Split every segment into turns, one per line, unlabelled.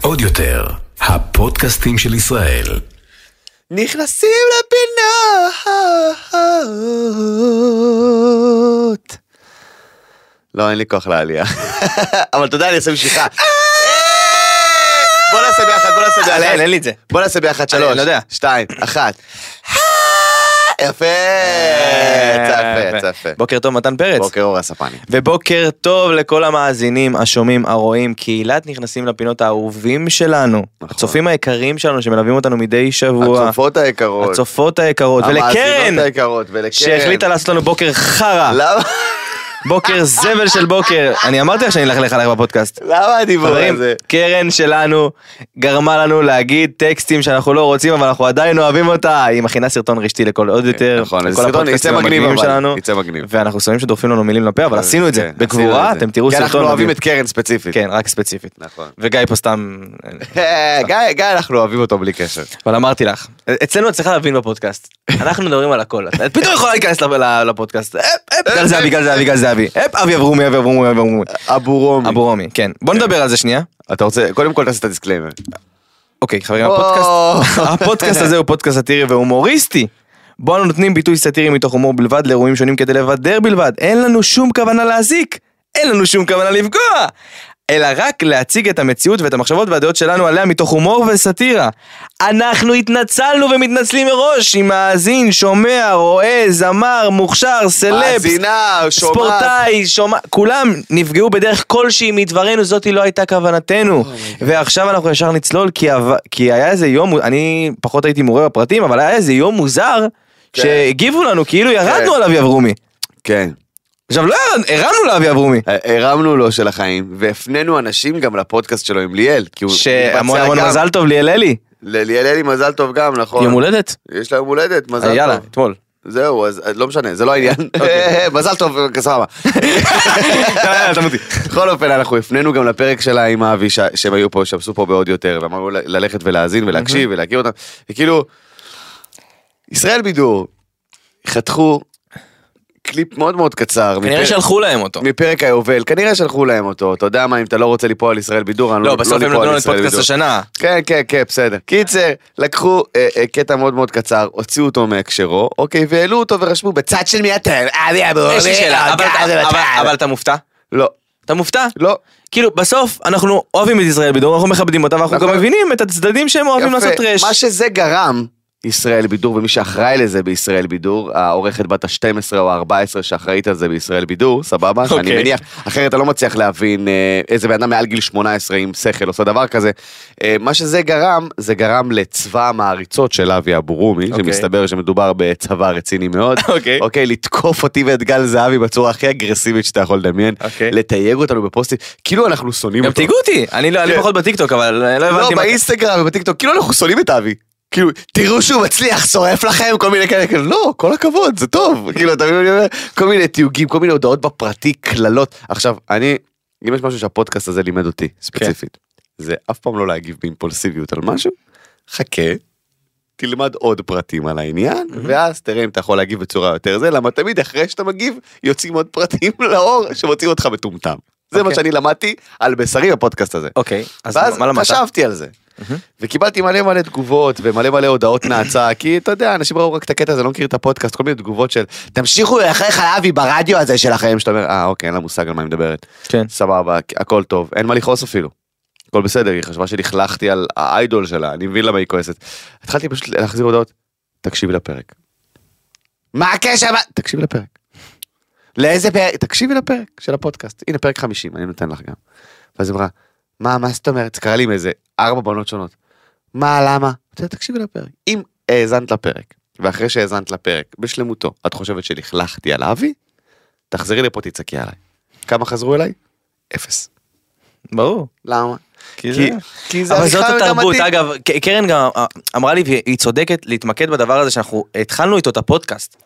עוד יותר, הפודקאסטים של ישראל.
נכנסים לפינות. לא, אין לי כוח לעלייה. אבל אתה יודע, אני אעשה משיכה.
אה!
בוא נעשה ביחד, בוא נעשה ביחד.
אין, אין לי את זה.
בוא נעשה ביחד שלוש.
אני לא יודע.
שתיים, אחת. יפה,
אה!
יצא יפה, יצא יפה.
בוקר טוב מתן פרץ.
אה, בוקר אור הספני.
ובוקר טוב לכל המאזינים, השומעים, הרואים, קהילת נכנסים לפינות האהובים שלנו.
נכון.
הצופים היקרים שלנו שמלווים אותנו מדי שבוע.
הצופות היקרות.
הצופות היקרות. ולקרן,
המאזינות היקרות, לא. ולקרן.
שהחליטה לעשות לנו בוקר חרא.
למה?
בוקר זבל של בוקר. אני אמרתי לך שאני אלכלך עליך בפודקאסט.
למה הדיבור
חברים,
הזה?
קרן שלנו גרמה לנו להגיד טקסטים שאנחנו לא רוצים, אבל אנחנו עדיין אוהבים אותה. היא מכינה סרטון רשתי לכל עוד יותר,
נכון, איזה
לכל
סרטון יצא
הפודקאסטים
מגניב
המגניבים
אבל,
שלנו.
יצא מגניב.
ואנחנו שמים שדוחפים לנו מילים לפה, אבל עשינו את
כן,
זה.
עשינו
בגבורה,
את זה.
אתם תראו
כי
סרטון.
אנחנו אוהבים
מדהים.
את קרן ספציפית.
כן, רק ספציפית.
נכון. אה,
וגיא פה סתם...
גיא, גיא, אנחנו אוהבים אותו בלי קשר.
אבל אמרתי לך, אצלנו את צריכה להבין בפודקאסט, אנחנו מדברים על הכל, את פתאום יכולה להיכנס לפ- לפודקאסט, אפ, אפ, בגלל זהבי, בגלל זהבי, בגלל זהבי, אפ, אבי אברומי, אבי אברומי, אבי אברומי,
אבו רומי.
אבו רומי, כן, בוא נדבר על זה שנייה,
אתה רוצה, קודם כל תעשה את הדיסקליימר.
אוקיי חברים, הפודקאסט הפודקאסט הזה הוא פודקאסט סאטירי והומוריסטי. בו אנו נותנים ביטוי סאטירי מתוך הומור בלבד לאירועים שונים כדי לבדר בלבד. אין לנו שום כוונה להזיק, אין לנו שום כוונה לפגוע, אלא רק להציג את המציאות ואת המחשבות והדעות שלנו עליה מתוך הומור וסאטירה. אנחנו התנצלנו ומתנצלים מראש אם מאזין, שומע, רואה, זמר, מוכשר, סלב,
מאזינה, שומעת.
ספורטאי, שומע, כולם נפגעו בדרך כלשהי מדברנו, זאתי לא הייתה כוונתנו.
Oh
ועכשיו אנחנו ישר נצלול, כי, הב... כי היה איזה יום, אני פחות הייתי מעורה בפרטים, אבל היה איזה יום מוזר,
כן.
שהגיבו לנו, כאילו ירדנו על אבי אברומי.
כן. אה,
עכשיו לא ירד, הרמנו לאבי אברומי.
הרמנו לו של החיים, והפנינו אנשים גם לפודקאסט שלו עם ליאל. כי הוא מתבצע
שהמון המון
גם-
מזל טוב ליאל אלי,
לליאל אלי מזל טוב גם, נכון.
יום הולדת.
יש לה יום הולדת, מזל
אה,
טוב.
יאללה, אוקיי. אתמול.
זהו, אז אז לא משנה, זה לא העניין. מזל טוב, סבבה. בכל אופן, אנחנו הפנינו גם לפרק שלה עם אבי, ש- שהם היו פה, שעשו פה בעוד יותר, ואמרנו ל- ללכת ולהאזין ולהקשיב ולהכיר אותם. וכאילו, ישראל בידור, חתכו קליפ מאוד מאוד קצר.
כנראה
מפרק-
שלחו להם אותו.
מפרק היובל, כנראה שלחו להם אותו, אתה יודע מה, אם אתה לא רוצה ליפול על ישראל בידור, אני לא
לא, בסוף
ליפול
הם
על
נתנו לנו את
ישראל
פודקאסט
בידור.
השנה.
כן, כן, כן, בסדר. קיצר, לקחו אה, אה, קטע מאוד מאוד קצר, הוציאו אותו מהקשרו, אוקיי, והעלו אותו ורשמו בצד של מי אתם, אבי אוקיי, אבו,
יש לי
אה,
שאלה, אה, אבל- אבל- אבל אתה מופתע?
לא,
אתה מופתע?
לא,
כאילו בסוף אנחנו אוהבים את ישראל בידור, אנחנו מכבדים אותה ואנחנו
נכון.
גם מבינים את הצדדים שהם אוהבים לעשות טרש.
מה שזה גרם, ישראל בידור ומי שאחראי לזה בישראל בידור, העורכת בת ה-12 או ה-14 שאחראית על זה בישראל בידור, סבבה? Okay. אני
אוקיי.
מניח, אחרת אתה לא מצליח להבין אה, איזה בן אדם מעל גיל 18 עם שכל עושה דבר כזה. אה, מה שזה גרם, זה גרם לצבא המעריצות של אבי אבורומי, okay.
אוקיי.
שמסתבר שמדובר בצבא רציני מאוד.
אוקיי.
אוקיי, לתקוף אותי ואת גל זהבי בצורה הכי אגרסיבית שאתה יכול לדמיין.
אוקיי.
לתייג אותנו בפוסטים, כאילו אנחנו שונאים
גם
אותו.
תיגעו אותי, אני לא- אני
כן.
פחות בטיקטוק אבל אה, לא
לא,
הבנתי מה...
באינסטגרם ובטיקטוק, כאילו אנחנו שונאים את אבי. כאילו, תראו שהוא מצליח, שורף לכם, כל מיני כאלה, כאילו, לא, כל הכבוד, זה טוב. כאילו, אתה מבין, מה אני אומר? כל מיני תיוגים, כל מיני הודעות בפרטי, קללות. עכשיו, אני, אם יש משהו שהפודקאסט הזה לימד אותי, ספציפית,
כן.
זה אף פעם לא להגיב באימפולסיביות על משהו, חכה. תלמד עוד פרטים על העניין, ואז תראה אם אתה יכול להגיב בצורה יותר זה, למה תמיד אחרי שאתה מגיב, יוצאים עוד פרטים לאור שמוצאים אותך מטומטם. זה מה
אוקיי.
שאני למדתי על בשרי בפודקאסט הזה.
אוקיי, אז
ואז
מה למדת?
חשבתי על זה. וקיבלתי מלא מלא תגובות ומלא מלא הודעות נאצה, כי אתה יודע, אנשים ראו רק את הקטע הזה, לא מכיר את הפודקאסט, כל מיני תגובות של תמשיכו אחריך אבי ברדיו הזה שלכם, שאתה אומר, אה אוקיי, אין לה מושג על מה היא מדברת.
כן.
סבבה, הכל טוב, אין מה לכעוס אפילו. הכל בסדר, היא חשבה שנכלכתי על האיידול שלה, אני מבין למה היא כועסת. התחלתי פשוט להחזיר הודעות, תקשיבי לפרק. מה הקשר? מה-" תקשיבי לפרק. לאיזה פרק? תקשיבי לפרק של הפודקאסט. הנה, פרק 50, אני נותן לך גם. ואז היא אמרה, מה, מה זאת אומרת? זה קרה לי עם איזה ארבע בנות שונות. מה, למה? אתה יודע, תקשיבי לפרק. אם האזנת לפרק, ואחרי שהאזנת לפרק, בשלמותו, את חושבת שלכלכתי על אבי? תחזרי לפה, תצעקי עליי. כמה חזרו אליי? אפס.
ברור.
למה?
כי
כי-
זה-
כי זה
אבל
הליכה
זאת התרבות,
מגמתית.
אגב, ק- קרן גם אה, אמרה לי והיא צודקת להתמקד בדבר הזה שאנחנו התחלנו איתו את הפודקאסט.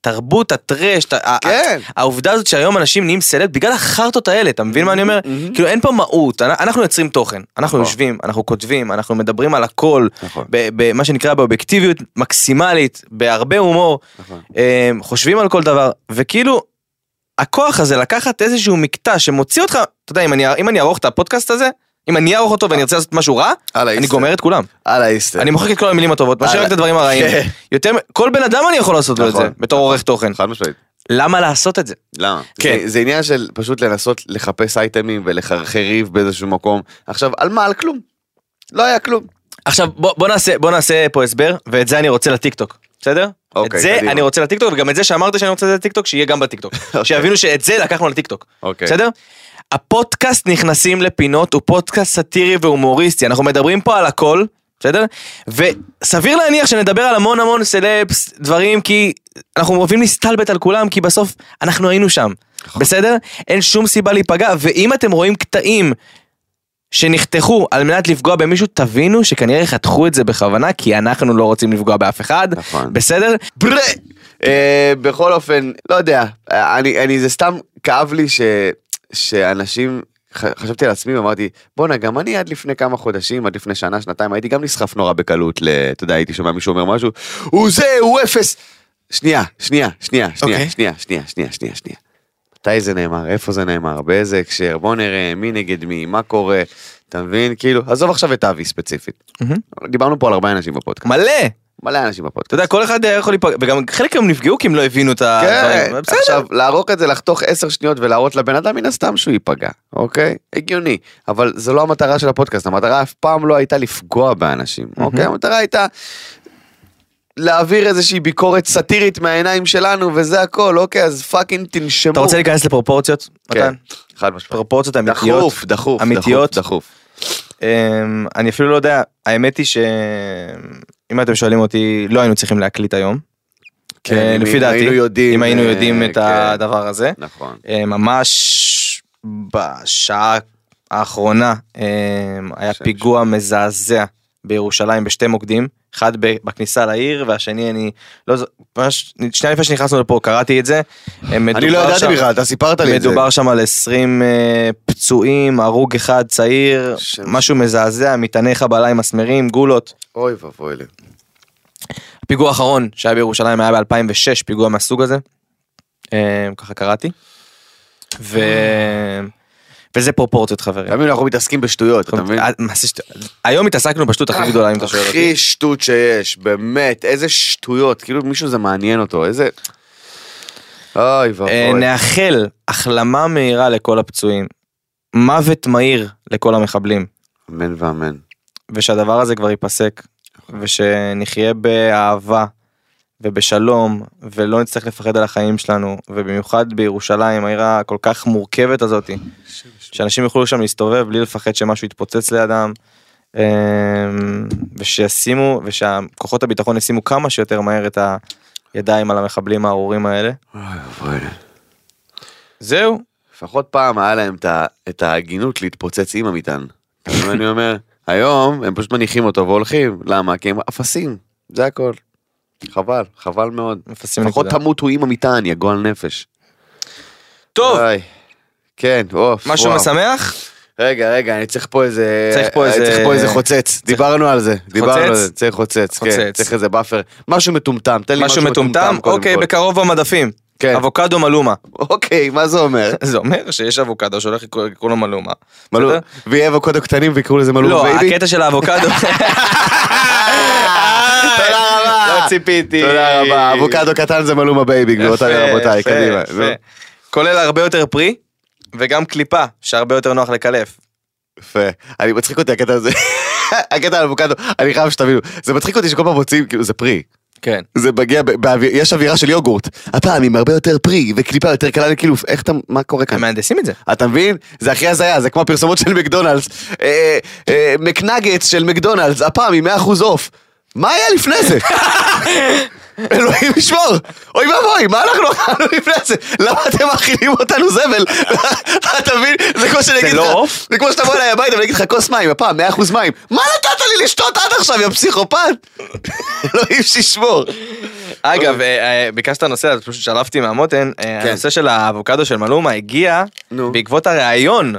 תרבות הטרש, ת- ה-
כן.
ה- העובדה הזאת שהיום אנשים נהיים סלב בגלל החרטות האלה, אתה מבין מה אני אומר?
מהמם.
כאילו אין פה מהות, אנ- אנחנו יוצרים תוכן, אנחנו
Mm-hmm. נכון.
יושבים, אנחנו כותבים, אנחנו מדברים על הכל,
נכון.
ב- במה שנקרא באובייקטיביות מקסימלית, בהרבה הומור, אמ,
נכון.
אה, חושבים על כל דבר, וכאילו הכוח הזה לקחת איזשהו מקטע שמוציא אותך, אתה יודע, אם אני- אם אני אערוך את הפודקאסט הזה, אם אני אערוך אותו ואני ארצה לעשות משהו רע,
על
אני
האיסטר.
גומר את כולם.
על האיסטר.
אני מוחק את כל המילים הטובות, משאיר רק את הדברים הרעים.
אה. כן.
יותר, מ- כל בן אדם אני יכול לעשות לו את זה,
נכון.
בתור עורך תוכן.
חד משמעית.
למה לעשות את זה?
למה?
כן.
זה, זה עניין של פשוט לנסות לחפש אייטמים ולחרחר ריב באיזשהו מקום. עכשיו, על מה? על כלום. לא היה כלום.
עכשיו בוא, בוא, נעשה, בוא נעשה פה הסבר, ואת זה אני רוצה לטיקטוק, בסדר?
אוקיי,
את זה
קדימה.
אני רוצה לטיקטוק, וגם את זה שאמרת שאני רוצה את זה לטיקטוק, שיהיה גם בטיקטוק. שיבינו שאת זה לקחנו לטיקטוק,
אוקיי.
בסדר? הפודקאסט נכנסים לפינות, הוא פודקאסט סאטירי והומוריסטי, אנחנו מדברים פה על הכל, בסדר? וסביר להניח שנדבר על המון המון סלבס, דברים, כי אנחנו אוהבים להסתלבט על כולם, כי בסוף אנחנו היינו שם, בסדר? אין שום סיבה להיפגע, ואם אתם רואים קטעים שנחתכו על מנת לפגוע במישהו, תבינו שכנראה חתכו את זה בכוונה, כי אנחנו לא רוצים לפגוע באף אחד,
נכון.
בסדר?
בר... אה, בכל אופן, לא יודע, אה, אני, אני, זה סתם כאב לי ש, שאנשים, ח- חשבתי על עצמי ואמרתי, בואנה, גם אני עד לפני כמה חודשים, עד לפני שנה, שנתיים, הייתי גם נסחף נורא בקלות, ל- אתה יודע, הייתי שומע מישהו אומר משהו, הוא זה, הוא אפס. שנייה, שנייה, שנייה, שנייה,
אוקיי.
שנייה, שנייה, שנייה, שנייה, שנייה. מתי זה נאמר, איפה זה נאמר, באיזה הקשר, בוא נראה, מי נגד מי, מה קורה, אתה מבין? כאילו, עזוב עכשיו את אבי ספציפית. דיברנו פה על הרבה אנשים בפודקאסט,
מלא!
מלא אנשים בפודקאסט.
אתה יודע, כל אחד יכול להיפגע, וגם חלק מהם נפגעו כי הם לא הבינו את הדברים.
כן,
בסדר.
עכשיו, לערוק את זה, לחתוך עשר שניות ולהראות לבן אדם, מן הסתם שהוא ייפגע, אוקיי? הגיוני. אבל זו לא המטרה של הפודקאסט, המטרה אף פעם לא הייתה לפגוע באנשים, אוקיי? המטרה הייתה להעביר איזושהי ביקורת סאטירית מהעיניים שלנו, וזה הכל, אוקיי? אז פאקינג תנשמו.
אתה רוצה להיכנס לפרופורציות?
כן,
מתן?
חד משמעית.
פרופורציות אמיתיות.
דחוף, דחוף,
אמיתיות.
אמיתיות. דחוף.
אמ, אני אפילו לא יודע, האמת היא שאם אתם שואלים אותי, לא היינו צריכים להקליט היום.
כן,
אה,
אם-
לפי
אם
דעתי,
היינו יודעים,
אם היינו
אה,
יודעים את
כן.
הדבר הזה.
נכון.
אה, ממש בשעה האחרונה אה, היה
שם,
פיגוע מזעזע בירושלים בשתי מוקדים, אחד ב- בכניסה לעיר והשני אני לא ז- ממש שנייה לפני שנכנסנו לפה קראתי את זה. אה,
אני לא
מדובר
ידעתי
שם-
בכלל, אתה סיפרת לי את זה.
מדובר שם על 20 אה, פצועים, הרוג אחד צעיר,
שם.
משהו מזעזע, מטעני חבלה עם מסמרים, גולות.
אוי ואבוי לי.
הפיגוע האחרון שהיה בירושלים היה ב-2006, פיגוע מהסוג הזה. אה, ככה קראתי. ו... וזה פרופורציות חברים.
תאמין לי, אנחנו מתעסקים בשטויות, אתה מבין?
אה, מה זה שטו- היום התעסקנו בשטות הכי גדולה אם אתה שואל אותי.
הכי שטות שיש, באמת, איזה שטויות, כאילו מישהו זה מעניין אותו, איזה... אוי
אה,
ואבוי.
נאחל החלמה מהירה לכל הפצועים. מוות מהיר לכל המחבלים.
אמן ואמן.
ושהדבר הזה כבר ייפסק,
נכון.
ושנחיה באהבה ובשלום, ולא נצטרך לפחד על החיים שלנו, ובמיוחד בירושלים, העיר הכל כך מורכבת הזאת, שאנשים יוכלו שם להסתובב בלי לפחד שמשהו יתפוצץ לידם, אמ, ושישימו, ושכוחות הביטחון ישימו כמה שיותר מהר את הידיים על המחבלים הארורים האלה.
אוי ואבוי.
זהו.
לפחות פעם היה להם את ה- את ההגינות להתפוצץ עם המטען. אתה מבין מה אני אומר? היום הם פשוט מניחים אותו והולכים, למה? כי הם אפסים, זה הכל. חבל, חבל מאוד.
מפסים
לפחות
נקודה.
תמותו עם המטען, יגועל נפש.
טוב,
אוי. כן, אוף.
משהו
אה, וואו.
משמח?
רגע, רגע, אני צריך פה איזה...
צריך פה
אני
איזה-
צריך פה איזה חוצץ. דיברנו על זה. דיברנו על זה. צריך חוצץ, כן.
חוצץ.
צריך איזה באפר. משהו מטומטם, תן לי
משהו מטומטם?
קודם
אוקיי,
כל.
בקרוב במדפים.
כן.
אבוקדו מלומה.
אוקיי, מה זה אומר?
זה אומר שיש אבוקדו שהולך לקרוא לקרוא לו מלומה.
מלול.
בסדר?
ויהיה אבוקדו קטנים ויקראו לזה מלול
לא,
בייבי?
הקטע של האבוקדו.
אה! תודה רבה.
לא ציפיתי.
תודה רבה. אבוקדו קטן זה מלומה בייבי, גבירותיי
יפה,
ורבותיי,
יפה,
קדימה.
יפה.
נו,
כולל הרבה יותר פרי, וגם קליפה, שהרבה יותר נוח לקלף.
יפה. אני מצחיק אותי הקטע הזה. הקטע על אבוקדו, אני חייב שתבינו. זה מצחיק אותי שכל פעם מוצאים, כאילו, זה פרי.
כן.
זה מגיע, ב- באוויר- יש אווירה של יוגורט, הפעם עם הרבה יותר פרי וקליפה יותר קלה, כאילו איך אתה, מה קורה כאן?
הם אה, מהנדסים את זה.
אתה מבין? זה הכי הזיה, זה כמו הפרסומות של מקדונלדס, אה, אה, מקנגטס של מקדונלדס, הפעם עם 100% אוף. מה היה לפני זה? אלוהים ישמור, אוי ואבוי, מה אנחנו אכלנו לפני זה? למה אתם מאכילים אותנו זבל? אתה מבין? זה כמו שאני
זה
אגיד לך,
לא עוף?
זה כמו שאתה בא אליי הביתה ואני אגיד לך כוס מים, הפעם 100% מים, מה נתת לי לשתות עד עכשיו, יא פסיכופת? אלוהים שישמור.
אגב, אה, אה, ביקשת נושא, אז פשוט שלפתי מהמותן, אה,
כן.
הנושא של האבוקדו של מלומה הגיע
נו.
בעקבות הראיון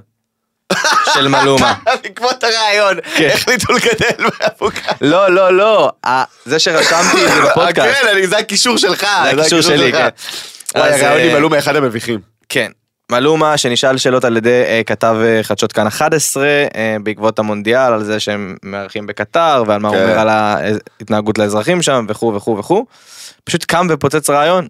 של מלומה.
בעקבות הרעיון,
כן.
החליטו לגדל באבוקדו.
לא, לא, לא, ה- זה שרשמתי את לא, זה
אה,
בפודקאסט.
כן, אני- זה הקישור שלך.
זה הקישור שלי,
שלך.
כן.
וואי,
אז,
הרעיונים
אה,
עלו מאחד המביכים.
כן. מלומה שנשאל שאלות על ידי אה, כתב אה, חדשות כאן 11 אה, בעקבות המונדיאל על זה שהם מארחים בקטר ועל מה הוא
כן.
אומר על ההתנהגות לאזרחים שם וכו' וכו' וכו'. פשוט קם ופוצץ רעיון.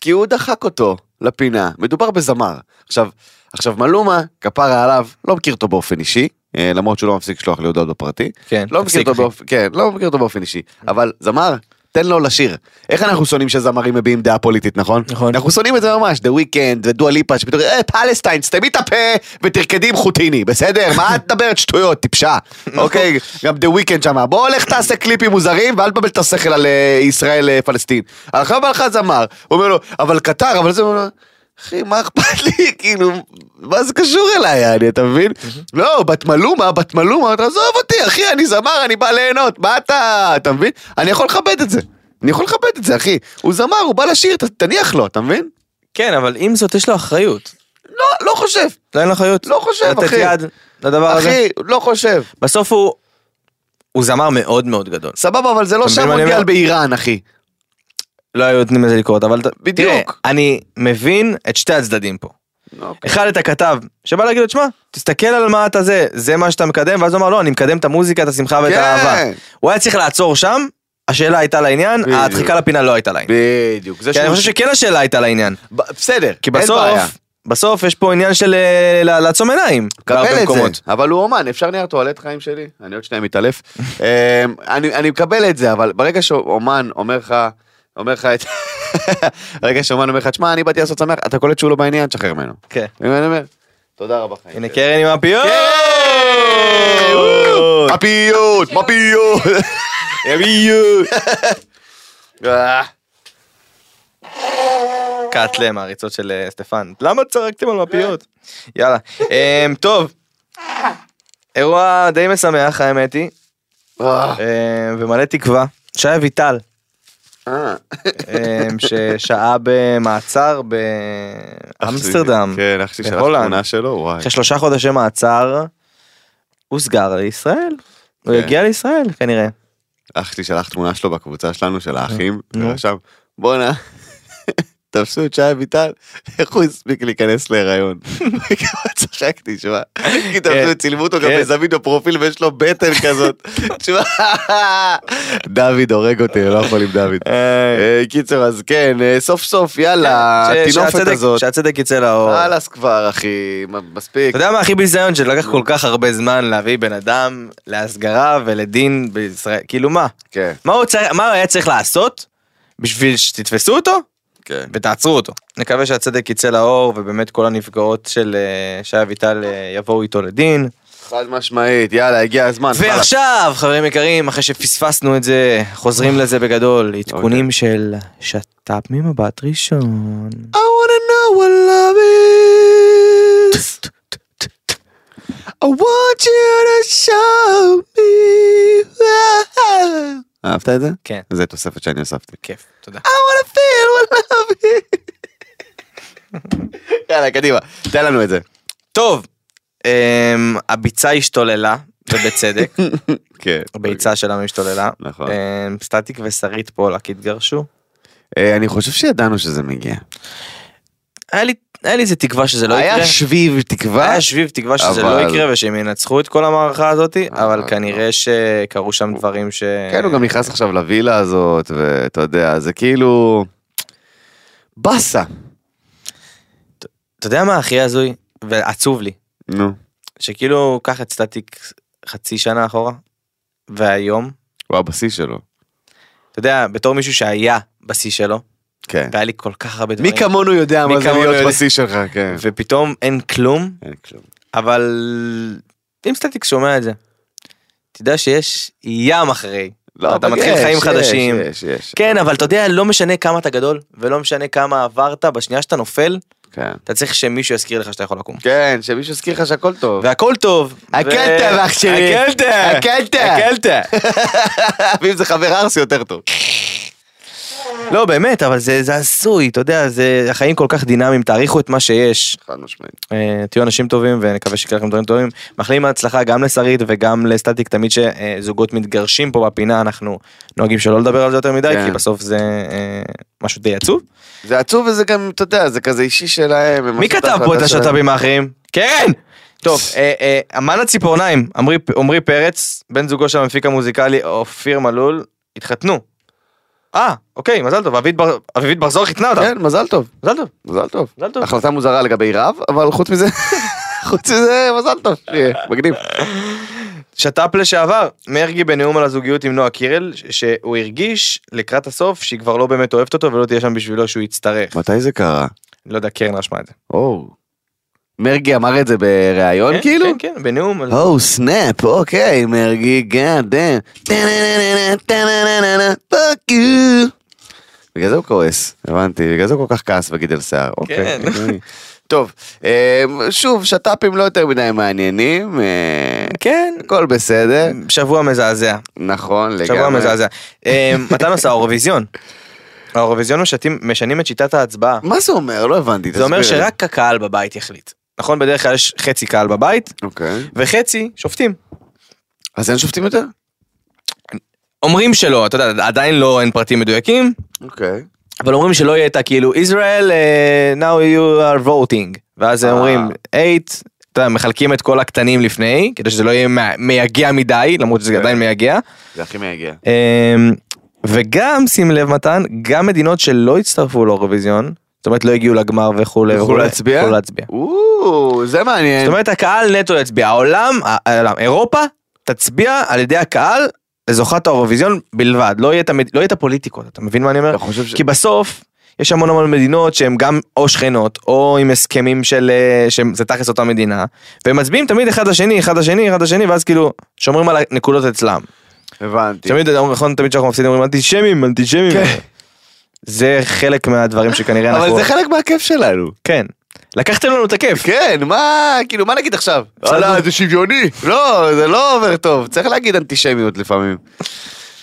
כי הוא דחק אותו לפינה, מדובר בזמר. עכשיו, עכשיו מלומה, כפרה עליו, לא מכיר אותו באופן אישי, אה, למרות שהוא לא מפסיק לשלוח לי הודעות בפרטי.
כן.
לא מכיר
תפסיק,
אותו
אחי.
באופן, כן, לא מכיר אותו באופן אישי, אבל זמר, תן לו לשיר. איך אנחנו שונאים שזמרים מביעים דעה פוליטית, נכון?
נכון.
אנחנו שונאים את זה ממש, The Weeknd ודואליפה, שפתאום, אה, פלסטיין, סתמי את הפה ותרקדי עם חוטיני, בסדר? מה את מדברת שטויות, טיפשה. אוקיי, גם The Weeknd שמה, בוא לך תעשה קליפים מוזרים ואל תבלבל את השכל על אה, ישראל אה, פלסטין. הלכה והלכה זמר, הוא אומר לו, אבל קטר, אבל זה... הוא אומר לו, אחי, מה אכפת לי? כאילו, מה זה קשור אליי, יעני, אתה מבין? לא, בת מלומה, בת מלומה, תעזוב אותי, אחי, אני זמר, אני בא ליהנות, מה אתה... אתה מבין? אני יכול לכבד את זה. אני יכול לכבד את זה, אחי. הוא זמר, הוא בא לשיר, ת- תניח לו, אתה מבין?
כן אבל עם זאת יש לו אחריות.
לא, לא חושב.
לא אין לו אחריות.
לא חושב,
לתת
אחי.
יד לדבר הזה.
אחי, לא חושב.
בסוף הוא. הוא זמר מאוד מאוד גדול.
סבבה, אבל זה לא
אתה מבין מה אני
שהמונדיאל
אומר?
באיראן, אחי.
לא היו נותנים לזה לקרות אבל ת-
בדיוק.
תראה, אני מבין את שתי הצדדים פה. אחד את הכתב שבא להגיד לו תשמע תסתכל על מה אתה זה זה מה שאתה מקדם ואז הוא אמר לא אני מקדם את המוזיקה את השמחה ואת
כן.
האהבה. הוא היה צריך לעצור שם השאלה הייתה לעניין
בדיוק.
הדחיקה לפינה לא הייתה לעניין.
בדיוק. זה
כי אני
שהוא-
חושב שכן השאלה הייתה לעניין.
ב- בסדר,
כי
אין
בסוף
בעיה.
בסוף יש פה עניין של אה, ל- לעצום עיניים. בהרבה
קבל את
מקומות.
זה, אבל הוא אומן, אפשר נייר טואלט חיים שלי? אני עוד שניה מתעלף. אמ, אני אני מקבל את זה, אבל ברגע שאומן אומר לך, אומר לך את... ברגע שאומן אומר לך, תשמע, אני באתי לעשות שמח, אתה קולט שהוא לא בעניין, תשחרר ממנו.
כן.
אני אומר, תודה רבה חיים.
הנה קרן עם הפיות.
כן. אה, מפיות, מפיות. מפיות. אה,
קאטלה מעריצות של אה, סטפן. למה צחקתם על מפיות? יאללה. אמ, טוב. אירוע די משמח האמת היא.
אה,
אה, ומלא תקווה. שי אביטל,
אה.
אה, ששהה במעצר באמסטרדם,
כן, אח שלי שלח
בהולנד.
תמונה שלו, וואי.
אחרי שלושה חודשי מעצר, הוסגר לישראל. הוא
כן.
הגיע לישראל כנראה.
אח שלי שלח תמונה שלו בקבוצה שלנו, של האחים,
נו.
ורשם, בואנה, תפסו את שי אביטל, איך הוא הספיק להיכנס להיריון? כמה צחקתי, שמע, כי
כן.
תפסו, צילמו אותו גם
כן.
בזווית בפרופיל ויש לו בטן כזאת, שמע, דוד הורג אותי, אני לא יכול עם דוד. אה, קיצר, אז כן, אה, סוף סוף, יאללה,
ש- אה.
התינופת
שהצדק-
הזאת,
שהצדק יצא לאור. אתה
חלאס כבר, אחי, מ- מספיק.
יודע מה הכי ביזיון שלקח כל כך הרבה זמן להביא בן אדם להסגרה ולדין בישראל כאילו מה
כן,
מה הוא צריך- מה הוא היה צריך לעשות בשביל שתתפסו אותו
כן.
ותעצרו אותו. נקווה שהצדק יצא לאור ובאמת כל הנפגעות של אה, שי אביטל אה, יבואו איתו לדין.
חד משמעית, יאללה, הגיע הזמן. חלאס.
ועכשיו חברים יקרים אחרי שפספסנו את זה חוזרים לזה בגדול עדכונים של שת"פ ממבט ראשון.
I wanna know what love is. I want you to show me. אהבת את זה?
כן.
זה תוספת שאני הוספתי.
כיף תודה.
I wanna feel what love is. יאללה, קדימה, תן לנו את זה.
טוב אמ, הביצה השתוללה ובצדק
כן.
הביצה שלנו השתוללה.
נכון.
אמ, סטטיק ושרית פולק התגרשו.
אה, אני חושב שידענו שזה מגיע.
היה לי היה לי איזה תקווה שזה לא יקרה.
היה שביב תקווה?
היה שביב תקווה שזה
אבל-
לא יקרה ושהם ינצחו את כל המערכה הזאת, אבל
אה,
כנראה שקרו שם דברים ש...
כן, הוא גם נכנס עכשיו לווילה הזאת, ואתה יודע, זה כאילו... באסה.
אתה יודע מה הכי הזוי? ועצוב לי,
נו.
שכאילו קח את סטטיק חצי שנה אחורה, והיום,
הוא הבסיס שלו.
אתה יודע, בתור מישהו שהיה בשיא שלו,
כן.
והיה לי כל כך הרבה דברים,
מי כמונו יודע
מי
מה זה
כמונו
להיות
יודע.
בשיא שלך, כן.
ופתאום אין כלום,
אין כלום.
אבל אם סטטיק שומע את זה, תדע שיש ים אחרי. אתה
לא, אבל
מתחיל
יש,
חיים
יש,
חדשים.
יש, יש.
כן, אבל אתה יודע, לא משנה כמה אתה גדול, ולא משנה כמה עברת, בשנייה שאתה נופל,
כן.
אתה צריך שמישהו יזכיר לך שאתה יכול לקום.
כן, שמישהו יזכיר לך שהכל טוב.
והכל טוב.
אכלת,
ו-
אח שלי.
אכלת.
אכלת.
אכלת.
ואם זה חבר ארס יותר טוב.
לא, באמת, אבל זה זה עשוי, אתה יודע, זה- החיים כל כך דינמיים, תעריכו את מה שיש.
חד משמעית.
אה, תהיו אנשים טובים ונקווה שיקרה לכם דברים טובים. מאחלים הצלחה גם לשרית וגם לסטטיק, תמיד שזוגות מתגרשים פה בפינה אנחנו נוהגים שלא לדבר על זה יותר מדי,
כן.
כי בסוף זה אה, משהו די עצוב.
זה עצוב וזה גם, אתה יודע, זה כזה אישי שלהם. הם
מי
עשו
כתב פה
ההחלטה
את
שלהם.
השת"פים האחרים? קרן! טוב, אה, אה, אמן הציפורניים, עמרי- עמרי פרץ, בן זוגו של המפיק המוזיקלי אופיר מלול, התחתנו. אה, אוקיי, מזל טוב, אביבית בר- אביבית בר זוהר חיתנה אותם.
כן, מזל טוב.
מזל טוב.
מזל טוב.
מזל טוב.
החלטה מוזרה לגבי רב, אבל חוץ מזה, חוץ מזה, מזל טוב. שיהיה, מגניב.
שת"פ לשעבר, מרגי בנאום על הזוגיות עם נועה קירל, ש- שהוא הרגיש לקראת הסוף שהיא כבר לא באמת אוהבת אותו ולא תהיה שם בשבילו שהוא יצטרך.
מתי זה קרה?
לא יודע, קרן רשמה את זה.
או. מרגי אמר את זה בריאיון
כן,
כאילו?
כן, כן, בנאום. על-
או סנאפ, אוקיי, Oh, מרגי, גאד דאם. פאק יו. בגלל זה הוא כועס, הבנתי, בגלל זה הוא כל כך כעס וגידל שיער. אוקיי,
כן.
הגיוני. טוב, אה, שוב, שת"פים לא יותר מדי מעניינים, אה,
כן.
הכל בסדר,
שבוע מזעזע.
נכון לגמרי.
שבוע מזעזע. אה, מתן עשה האירוויזיון. האירוויזיון משתים- משנים את שיטת ההצבעה.
מה זה אומר? לא הבנתי,
זה אומר
תסביר לי.
שרק הקהל בבית יחליט. נכון, בדרך כלל יש חצי קהל בבית
אוקיי.
וחצי שופטים.
אז אין שופטים יותר?
אומרים שלא, אתה יודע, עדיין לא, אין פרטים מדויקים,
אוקיי.
אבל אומרים שלא יהיה את הכאילו Israel אה, now you are voting ואז הם
אה.
אומרים 8 אתה יודע, מחלקים את כל הקטנים לפני כדי שזה לא יהיה מ- מייגע מדי למרות שזה
כן.
עדיין מייגע
זה הכי מייגע.
אמ, וגם שים לב מתן גם מדינות שלא הצטרפו לאירוויזיון זאת אומרת לא הגיעו לגמר וכולי
יוכלו
וכולי,
להצביע?
יוכלו להצביע
או, זה מעניין.
זאת אומרת הקהל נטו יצביע העולם ה- העולם אירופה תצביע על ידי הקהל לזוכת האירוויזיון בלבד לא יהיה את המד- לא יהיה את הפוליטיקות אתה מבין מה אני אומר
אתה חושב ש...
כי בסוף יש המון המון מדינות שהן גם או שכנות או עם הסכמים של אה, שזה תכלס אותה מדינה והם מצביעים תמיד אחד לשני אחד לשני אחד לשני ואז כאילו שומרים על הנקודות אצלם.
הבנתי.
תמיד אומרים, נכון תמיד שאנחנו מפסידים אומרים אנטישמים אנטישמים.
כן.
זה חלק מהדברים שכנראה אנחנו...
אבל זה חלק מהכיף שלנו.
כן. לקחתם לנו את הכיף.
כן, מה, כאילו, מה נגיד עכשיו?
בסדר.
וואלה, זה שוויוני. לא, זה לא עובר טוב, צריך להגיד אנטישמיות לפעמים.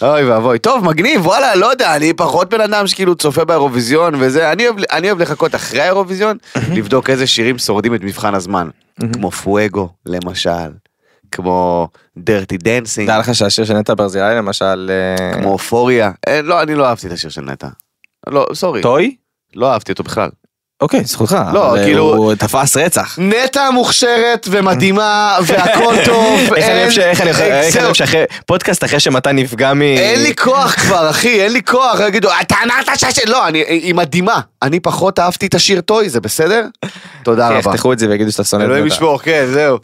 אוי ואבוי. טוב, מגניב, וואלה, לא יודע, אני פחות בן אדם שכאילו צופה באירוויזיון וזה. אני אוהב- אני אוהב לחכות אחרי האירוויזיון, לבדוק איזה שירים שורדים את מבחן הזמן. כמו פואגו, למשל. כמו דרטי דנסינג.
דע לך שהשיר של נטע ברזילי למשל... אה,
כמו אופוריה. אה, לא, אני לא אהבתי את השיר של נטע. לא, סורי.
טוי?
לא אהבתי אותו בכלל.
אוקיי זכותך.
לא,
אבל
כאילו-
הוא תפס רצח.
נטע מוכשרת ומדהימה והכל טוב.
איך אני
אין-
אוהב ש- איך אני אוהב-
אין-
איך אני
זהו.
אוהב שאחרי פודקאסט אחרי שמתן נפגע מ...
אין לי כוח כבר, אחי, אין לי כוח. יגידו, אתה אמרת שהשיר... לא, אני- היא מדהימה. אני פחות אהבתי את השיר טוי, זה בסדר? תודה רבה.
יחתכו כן, את זה ויגידו שאתה שונא את
אלוהים
נטע.
ישמור, כן, זהו.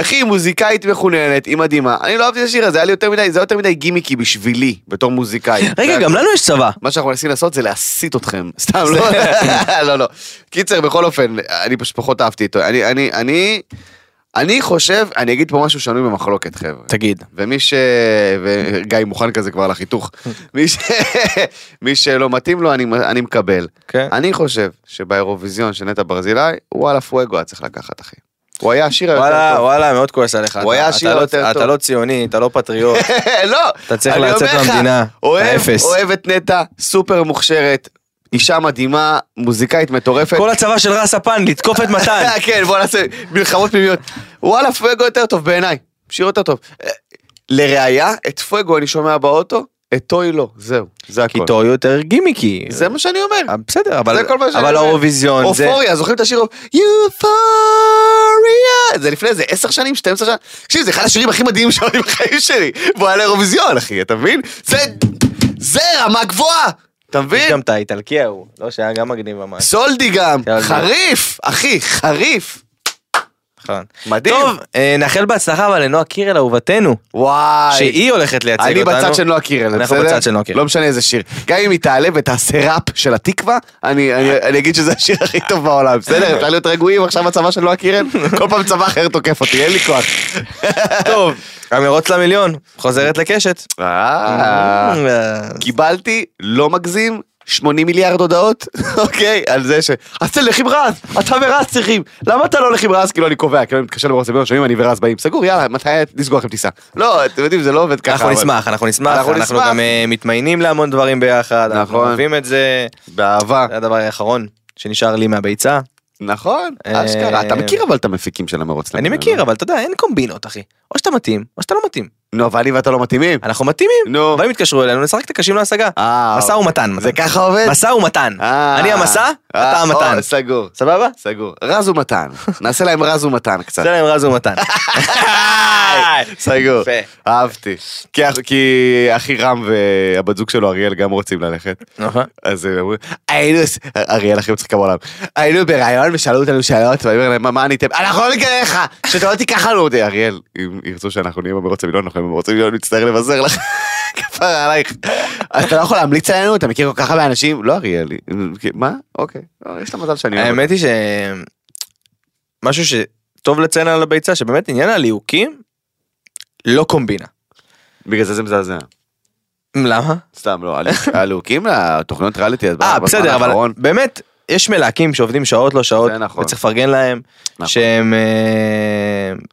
אחי, היא מוזיקאית מחוננת, היא מדהימה. אני לא אהבתי את השיר הזה, היה לי יותר מדי, זה היה יותר מדי גימיקי בשבילי, בתור מוזיקאי.
רגע,
זה-
גם לנו יש צבא.
מה שאנחנו מנסים לעשות זה להסיט אתכם, סתם, לא, לא, לא. קיצר, בכל אופן, אני פשוט פחות אהבתי אותו. אני, אני, אני, אני חושב, אני אגיד פה משהו שנוי במחלוקת, חבר'ה.
תגיד.
ומי ש... וגיא מוכן כזה כבר לחיתוך. מי, ש... מי שלא מתאים לו, אני, אני מקבל.
כן.
אני חושב שבאירוויזיון של נטע ברזילי, וואלה פואגו היה צריך לקחת, אחי. הוא היה השיר היותר
וואלה,
טוב.
וואלה, מאוד כועס עליך.
הוא
אתה-
היה
אתה
שיר
לא-
יותר טוב.
אתה לא ציוני, אתה לא פטריוט.
לא,
אתה צריך
אני אומר
לצאת
לך,
מהמדינה.
אוהב,
אתה אפס.
אוהב את נטע, סופר מוכשרת, אישה מדהימה, מוזיקאית מטורפת.
כל הצבא של רס הפן, לתקוף את מתן.
אה, כן, בוא נעשה מלחמות פנימיות. וואלה, פואגו יותר טוב בעיניי, שיר יותר טוב. אה, לראיה, את פואגו אני שומע באוטו, את טוי לא, זהו, זה
כי
הכל.
טויו יותר גימיקי.
זה מה שאני אומר.
אה, בסדר, אבל
זה כל מה שאני
אבל
אומר.
האירוויזיון זה...
אופוריה, זוכרים את השיר יופוריה? זה לפני איזה 10 שנים, 12 שנה. תקשיב, זה אחד השירים הכי מדהימים שהיו בחיים שלי. והוא היה לאירוויזיון, אחי, אתה מבין? זה, זה רמה גבוהה, אתה
יש
מבין?
גם את האיטלקי ההוא. לא, שהיה גם מגניב ממש.
סולדי גם,
כן,
חריף, אחי, חריף.
נכון.
מדהים.
טוב, אה, נאחל בהצלחה אבל לנועה קירל אהובתנו,
וואי.
שהיא הולכת לייצג אותנו.
אני בצד של נועה קירל, בסדר?
אנחנו בצד של נועה קירל.
לא משנה איזה שיר. גם אם היא תעלה ותעשה ראפ של התקווה, אני, אני, אני אגיד שזה השיר הכי טוב בעולם, בסדר? אפשר להיות רגועים עכשיו הצבא של נועה קירל? כל פעם צבא אחר תוקף אותי, אין לי כוח.
טוב, המרוץ למיליון, חוזרת לקשת. אה,
אה, קיבלתי, אה, לא מגזים, 80 מיליארד הודעות, אוקיי, על זה ש... אז תלך עם רז, אתה ורז צריכים. למה אתה לא הולך עם רז? כאילו אני קובע, כאילו אני מתקשר לברוס לביון, שומעים, אני ורז באים, סגור, יאללה, מתי נסגור לכם טיסה? לא, אתם יודעים, זה לא עובד ככה.
אנחנו
אבל-
נשמח, אנחנו נשמח,
אנחנו
אנחנו
נשמח.
גם אה, מתמיינים להמון דברים ביחד, אנחנו
נכון.
אוהבים את זה,
באהבה.
זה הדבר האחרון שנשאר לי מהביצה.
נכון,
אה,
אשכרה. אתה מכיר אבל את המפיקים של המרוץ.
אני
לביון,
מכיר,
לא?
אבל אתה יודע, אין קומבינות, אחי. או שאתה מתאים, או שאתה לא מתאים.
נו, אבל אני ואתה לא מתאימים.
אנחנו מתאימים.
נו.
אבל אם יתקשרו אלינו, נשחק את הקשים להשגה.
אה,
משא ומתן.
זה
מתן.
ככה עובד?
משא ומתן.
אה.
אני המסע,
אה,
אתה המתן.
או, סגור,
סבבה?
סגור. רז ומתן. נעשה להם רז ומתן קצת.
זה להם רז ומתן.
סגור.
יפה.
אהבתי. כי אח- כי אחי רם והבת זוג שלו אריאל גם רוצים ללכת.
נכון.
אז הם אמרו, היינו, אריאל הכי מצחיק בעולם, היינו בראיון ושאלו אותנו שאלות, ואני אומר להם, "מה- מה עניתם? אנחנו לא נגלה לך, שאתה לא תיקח לנו אותי. אריאל, אם ירצו שאנחנו נהיה במרוץ המיליון, אנחנו נהיה במרוץ המיליון, נצטרך לבזר לך. כפרה עלייך. אז אתה לא יכול להמליץ עלינו? אתה מכיר כל כך הרבה אנשים? לא אריאל, מה? אוקיי. לא, יש לה מזל שאני אוהב. אותה.
האמת היא ש... משהו שטוב לציין על הביצה, שבאמת עניין הליהוקים, לא קומבינה.
בגלל זה זה מזעזע.
למה?
סתם, לא, הלוק- הלוקים לתוכניות ריאליטי, אז
אה,
בזמן
בסדר, אבל
האחרון-
באמת, יש מלהקים שעובדים שעות לא שעות,
זה נכון.
וצריך לפרגן להם,
נכון.
שהם אה,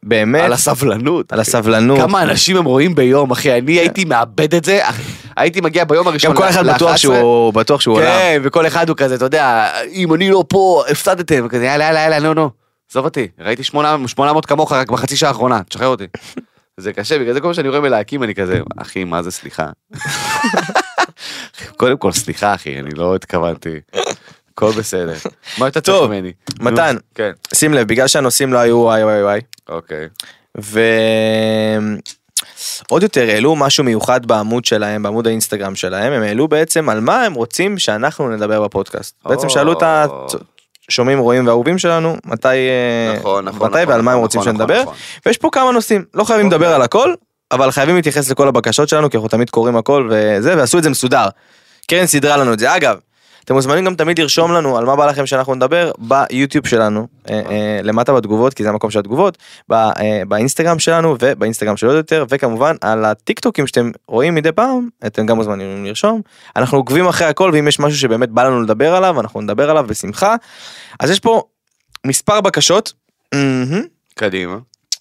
באמת,
על הסבלנות.
על הסבלנות.
כמה אנשים הם רואים ביום, אחי, אני הייתי מאבד את זה, אחי. הייתי מגיע ביום הראשון.
כן. גם כל
ל-
אחד
ל-
בטוח
11.
שהוא, בטוח שהוא עולם.
כן, וכל אחד הוא כזה, אתה יודע, אם אני לא פה, הפסדתם, כזה, יאללה, יאללה, יאללה, נו, נו. עזוב אותי, ראיתי 800 800 כמוך רק בחצי שעה האחרונה, תשחרר אותי. זה קשה, בגלל זה כל פעם שאני רואה מלהקים, אני כזה, אחי, מה זה סליחה? קודם כל, סליחה, אחי, אני לא התכוונתי. הכל בסדר. מה אתה צריך
טוב,
ממני?
מתן.
נו, כן,
שים לב, בגלל שהנושאים לא היו וואי וואי וואי,
אוקיי.
ועוד יותר העלו משהו מיוחד בעמוד שלהם, בעמוד האינסטגרם שלהם, הם העלו בעצם על מה הם רוצים שאנחנו נדבר בפודקאסט. בעצם שאלו את ה...
או.
שומעים רואים ואהובים שלנו מתי אה,
נכון, נכון,
מתי
נכון,
ועל מה הם
נכון,
רוצים
נכון,
שנדבר
נכון.
ויש פה כמה נושאים לא חייבים
אוקיי.
לדבר על הכל אבל חייבים להתייחס לכל הבקשות שלנו כי אנחנו תמיד קוראים הכל וזה ועשו את זה מסודר. קרן סידרה לנו את זה אגב אתם מוזמנים גם תמיד לרשום לנו על מה בא לכם שאנחנו נדבר ביוטיוב שלנו אה, אה, למטה בתגובות כי זה המקום של התגובות ב- אה, באינסטגרם שלנו ובאינסטגרם של עוד יותר וכמובן על הטיק טוקים שאתם רואים מדי פעם אתם גם מוזמנים לרשום אנחנו עוקבים אחרי הכל ואם יש משהו שבאמת בא לנו לדבר עליו אנחנו נדבר עליו בשמחה אז יש פה מספר בקשות. מהמם.
קדימה.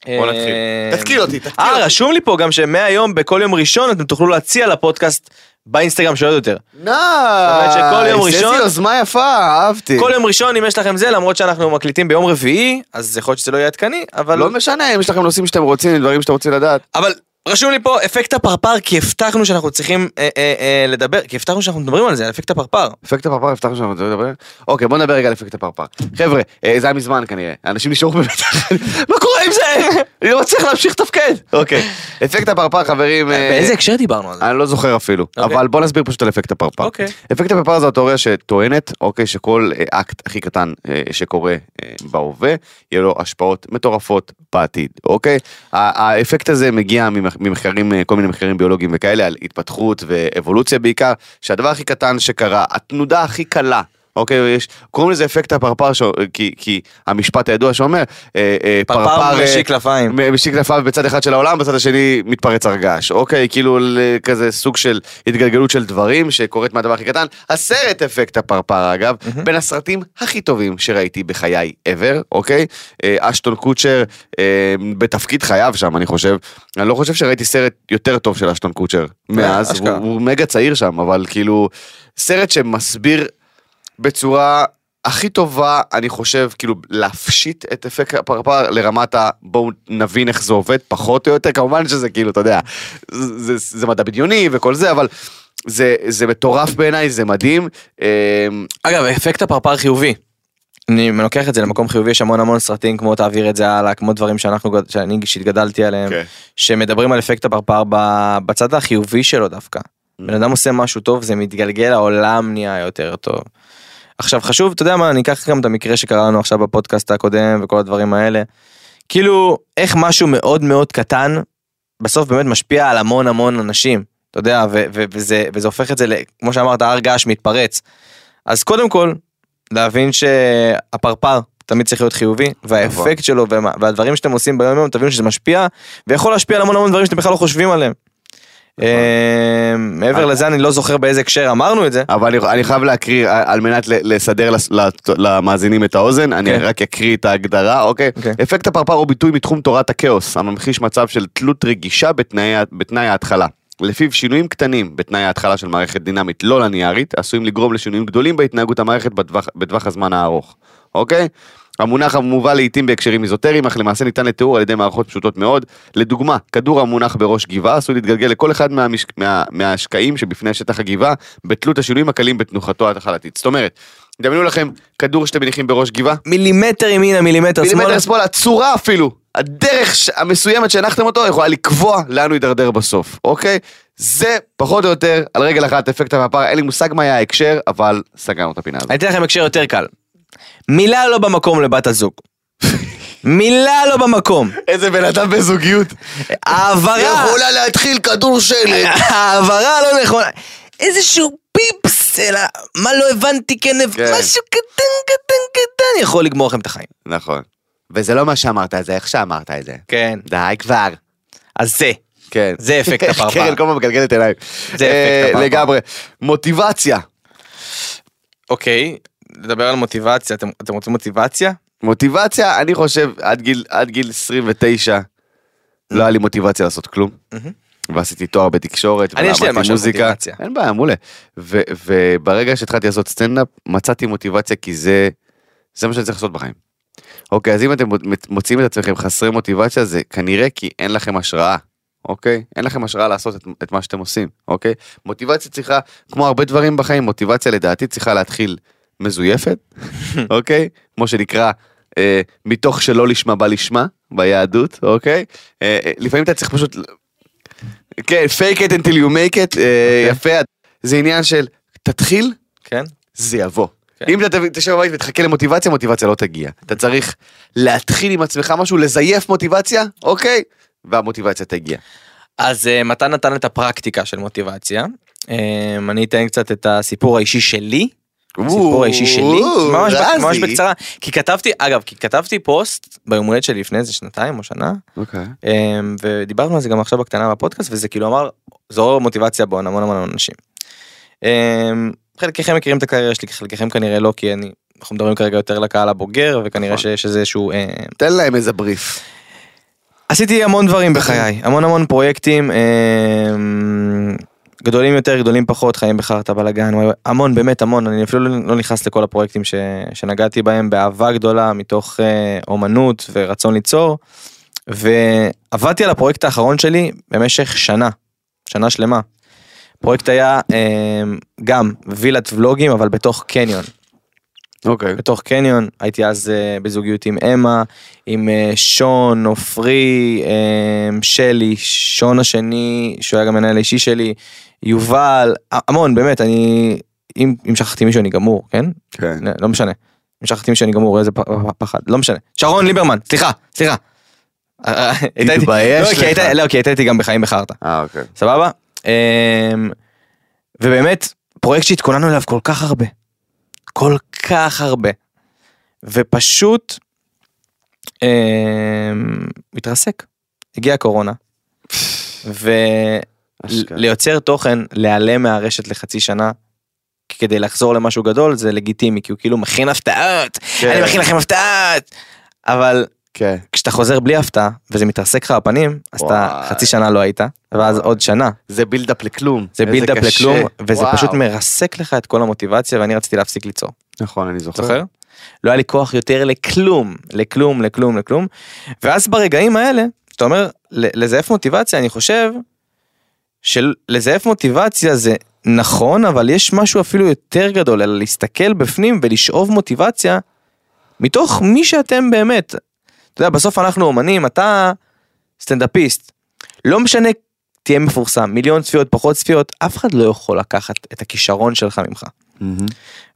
אה,
נתחיל. תתקיל אותי, תתקיל אותי.
אה רשום לי פה גם שמהיום בכל יום ראשון אתם תוכלו להציע לפודקאסט באינסטגרם של עוד יותר.
נאי,
זאת אומרת שכל יום ראשון-
איזה יוזמה יפה, אהבתי.
כל יום ראשון אם יש לכם זה למרות שאנחנו מקליטים ביום רביעי אז יכול להיות שזה לא יהיה עדכני אבל
לא משנה אם יש לכם נושאים שאתם רוצים, דברים שאתם רוצים לדעת.
אבל רשום לי פה אפקט הפרפר כי הבטחנו שאנחנו צריכים אה, אה, אה, לדבר כי הבטחנו שאנחנו מדברים על זה על אפקט הפרפר.
אפקט הפרפר, הבטחנו שאנחנו רוצים לדבר? אוקיי, בוא נדבר רגע על אפקט הפרפר. חבר'ה, אה, זה היה מזמן כנראה, אנשים נשארו במתח. מה קורה עם זה? אני לא מצליח להמשיך לתפקד. אוקיי, אפקט הפרפר, חברים... אה,
באיזה הקשר דיברנו על זה?
אני לא זוכר אפילו,
אוקיי.
אבל בוא נסביר פשוט על אפקט הפרפר.
אוקיי.
אפקט הפרפר זו התיאוריה שטוענת, אוקיי, שכל אה, אקט הכי קטן אה, שקורה אה, בהווה, יהיה לו השפעות מטורפות בעתיד, אוקיי? ה- האפקט הזה מגיע ממח- ממחקרים, אה, כל מיני מחקרים ביולוגיים וכאלה, על התפתחות ואבולוציה בעיקר, שהדבר הכי קטן שקרה, התנודה הכי קלה. אוקיי, יש, קוראים לזה אפקט הפרפר, ש... אה, כי, כי המשפט הידוע שאומר, אה, אה,
פרפר
אה,
משיק כנפיים.
משיק כנפיו בצד אחד של העולם, בצד השני מתפרץ הרגש, אוקיי? כאילו ל- כזה סוג של התגלגלות של דברים שקורית מהדבר הכי קטן. הסרט אפקט הפרפר אגב, בין הסרטים הכי טובים שראיתי בחיי ever, אוקיי? אה, אשטון קוצ'ר אה, בתפקיד חייו שם, אני חושב. אני לא חושב שראיתי סרט יותר טוב של אשטון קוצ'ר מאז, הוא,
אשכרה.
הוא מגה צעיר שם, אבל כאילו, סרט שמסביר בצורה הכי טובה, אני חושב, כאילו, להפשיט את אפקט הפרפר לרמת ה... בואו נבין איך זה עובד, פחות או יותר, כמובן שזה כאילו, אתה יודע, זה, זה, זה מדע בדיוני וכל זה, אבל זה, זה מטורף בעיניי, זה מדהים. אמ,
אגב אפקט הפרפר חיובי. אני לוקח את זה למקום חיובי יש המון המון סרטים כמו תעביר את זה הלאה כמו דברים שאנחנו גד- שאני שהתגדלתי עליהם
כן.
שמדברים על אפקט הפרפר ב- בצד החיובי שלו דווקא. בן אדם עושה משהו טוב זה מתגלגל העולם נהיה יותר טוב. עכשיו חשוב אתה יודע מה אני אקח גם את המקרה שקרה לנו עכשיו בפודקאסט הקודם וכל הדברים האלה. כאילו איך משהו מאוד מאוד קטן בסוף באמת משפיע על המון המון אנשים אתה יודע ו- ו- וזה וזה הופך את זה ל- כמו שאמרת הר געש מתפרץ. אז קודם כל להבין שהפרפר תמיד צריך להיות חיובי והאפקט שלו ומה, והדברים שאתם עושים ביום יום תבינו שזה משפיע ויכול להשפיע על המון המון דברים שאתם בכלל לא חושבים עליהם. אה, מעבר לזה אני לא זוכר באיזה הקשר אמרנו את זה.
אבל אני, אני חייב להקריא, אה, על- על מנת ל- לסדר לס- לת- למאזינים את האוזן, אני
כן.
רק אקריא את ההגדרה, אוקיי?
אוקיי.
אפקט הפרפר הוא ביטוי מתחום תורת הכאוס, הממחיש מצב של תלות רגישה בתנאי, ה- בתנאי ההתחלה. לפיו שינויים קטנים בתנאי ההתחלה של מערכת דינמית לא לניארית, עשויים לגרום לשינויים גדולים בהתנהגות המערכת בטווח, בטווח הזמן הארוך, אוקיי? המונח המובא לעיתים בהקשרים איזוטריים, אך למעשה ניתן לתיאור על ידי מערכות פשוטות מאוד. לדוגמה, כדור המונח בראש גבעה עשוי להתגלגל לכל אחד מהמש... מה... מהשקעים שבפני שטח הגבעה, בתלות השינויים הקלים בתנוחתו ההתחלתית. זאת אומרת, דמיינו לכם כדור שאתם מניחים בראש גבעה,
מילימטר ימינה, מילימטר שמאלה.
מילימטר שמאלה, הצורה אפילו, הדרך ש- המסוימת שהנחתם אותו יכולה לקבוע לאן הוא יידרדר בסוף, אוקיי? זה פחות או יותר על רגל אחת אפקט המפר, אין לי מושג מה היה ההקשר, אבל סגרנו את הפינה הזאת.
אני אתן לכם הקשר יותר קל. מילה לא במקום לבת הזוג. מילה לא במקום.
איזה בן אדם בזוגיות. אה.
העברה,
להתחיל כדור שלג.
העברה לא נכונה. איזשהו פיפס, אלא מה לא הבנתי כנב,
כן.
משהו קטן קטן קטן יכול לגמור לכם את החיים.
נכון. וזה לא מה שאמרת, זה איך שאמרת את זה.
כן.
די כבר.
אז זה.
כן.
זה אפקט הפרפר.
קרן כל הזמן מגלגלת עיניים.
זה אפקט
אה,
הפרפר.
לגמרי. מוטיבציה.
אוקיי, לדבר על מוטיבציה, אתם, אתם רוצים מוטיבציה?
מוטיבציה, אני חושב, עד גיל, עד גיל 29 לא היה לי מוטיבציה לעשות כלום. ועשיתי תואר בתקשורת,
אני, יש לי
ולמדתי
משהו על
מוזיקה.
מוטיבציה.
אין בעיה, מעולה. ו- וברגע שהתחלתי לעשות סטנדאפ, מצאתי מוטיבציה כי זה, זה מה שאני צריך לעשות בחיים. אוקיי, אז אם אתם מוצאים את עצמכם חסרי מוטיבציה, זה כנראה כי אין לכם השראה. אוקיי? אין לכם השראה לעשות את, את מה שאתם עושים, אוקיי? מוטיבציה צריכה, כמו הרבה דברים בחיים, מוטיבציה לדעתי צריכה להתחיל מזויפת, אוקיי? כמו שנקרא, אה, מתוך שלא לשמה בא לשמה, ביהדות, אוקיי? אה, אה, לפעמים אתה צריך פשוט... כן, fake it until you make it,
אוקיי.
אה, יפה. זה עניין של, תתחיל,
כן.
זה יבוא.
כן.
אם אתה תב- תשב בבית ותחכה למוטיבציה, מוטיבציה לא תגיע. אתה צריך להתחיל עם עצמך משהו, לזייף מוטיבציה, אוקיי? והמוטיבציה תגיע.
אז אה, מתן נתן את הפרקטיקה של מוטיבציה. אה, אני אתן קצת את הסיפור האישי שלי. הסיפור האישי שלי,
או,
ממש,
רזי.
ממש בקצרה, כי כתבתי, אגב, כי כתבתי פוסט ביום הולדת שלי לפני איזה שנתיים או שנה,
אוקיי.
אמ, ודיברנו על זה גם עכשיו בקטנה בפודקאסט, וזה כאילו אמר, זו מוטיבציה בהון המון המון אנשים. אמ, חלקכם מכירים את הקריירה שלי, חלקכם כנראה לא, כי אני, אנחנו מדברים כרגע יותר לקהל הבוגר, וכנראה
נכון.
שיש איזה שהוא... אמ,
תן להם איזה בריף.
עשיתי המון דברים בחיי, המון המון פרויקטים, אמ, גדולים יותר, גדולים פחות, חיים בחרטה בלאגן, המון, באמת המון, אני אפילו לא לא נכנס לכל הפרויקטים ש, שנגעתי בהם, באהבה גדולה, מתוך אה, אומנות ורצון ליצור, ועבדתי על הפרויקט האחרון שלי במשך שנה, שנה שלמה. הפרויקט היה אמ, גם וילת ולוגים, אבל בתוך קניון.
אוקיי.
בתוך קניון הייתי אז אה, בזוגיות עם אמה עם אה, שון עופרי אה, שלי שון השני שהוא היה גם מנהל האישי שלי יובל ה- המון באמת אני אם, אם שכחתי מישהו אני גמור כן
כן.
לא- לא משנה אם שכחתי מישהו אני גמור איזה פ- פ- פחד לא משנה שרון ליברמן סליחה סליחה. אה, אה, הייתה איתי-
תתבייש
לא, כי
לך.
הייתה- לא כי הייתה איתי גם בחיים בחרטא.
אה, אוקיי.
סבבה? אמ, ובאמת, פרויקט שהתכוננו אליו כל כך הרבה. כל כך הרבה. ופשוט אמ, התרסק. הגיעה הקורונה.
אשכרה.
ולייצר תוכן, להיעלם מהרשת לחצי שנה. כדי לחזור למשהו גדול זה לגיטימי כי הוא כאילו מכין הפתעות
כן.
אני מכין לכם הפתעות אבל
כן.
כשאתה חוזר בלי הפתעה וזה מתרסק לך בפנים אז אתה
וואי.
חצי שנה לא היית ואז עוד שנה
זה בילדאפ לכלום.
זה
נכון. איזה
בילדאפ
קשה.
לכלום, וזה
וואו.
פשוט מרסק לך את כל המוטיבציה, ואני רציתי להפסיק ליצור.
נכון, אני זוכר.
זוכר? לא היה לי כוח יותר לכלום, לכלום, לכלום, לכלום. ואז ברגעים האלה, שאתה אומר, ל- לזייף מוטיבציה, אני חושב שלזייף מוטיבציה זה נכון, אבל יש משהו אפילו יותר גדול, אלא להסתכל בפנים ולשאוב מוטיבציה מתוך מי שאתם באמת. אתה יודע, בסוף אנחנו אומנים, אתה סטנדאפיסט. לא משנה, תהיה מפורסם, מיליון צפיות, פחות צפיות, אף אחד לא יכול לקחת את הכישרון שלך ממך.
מהמם.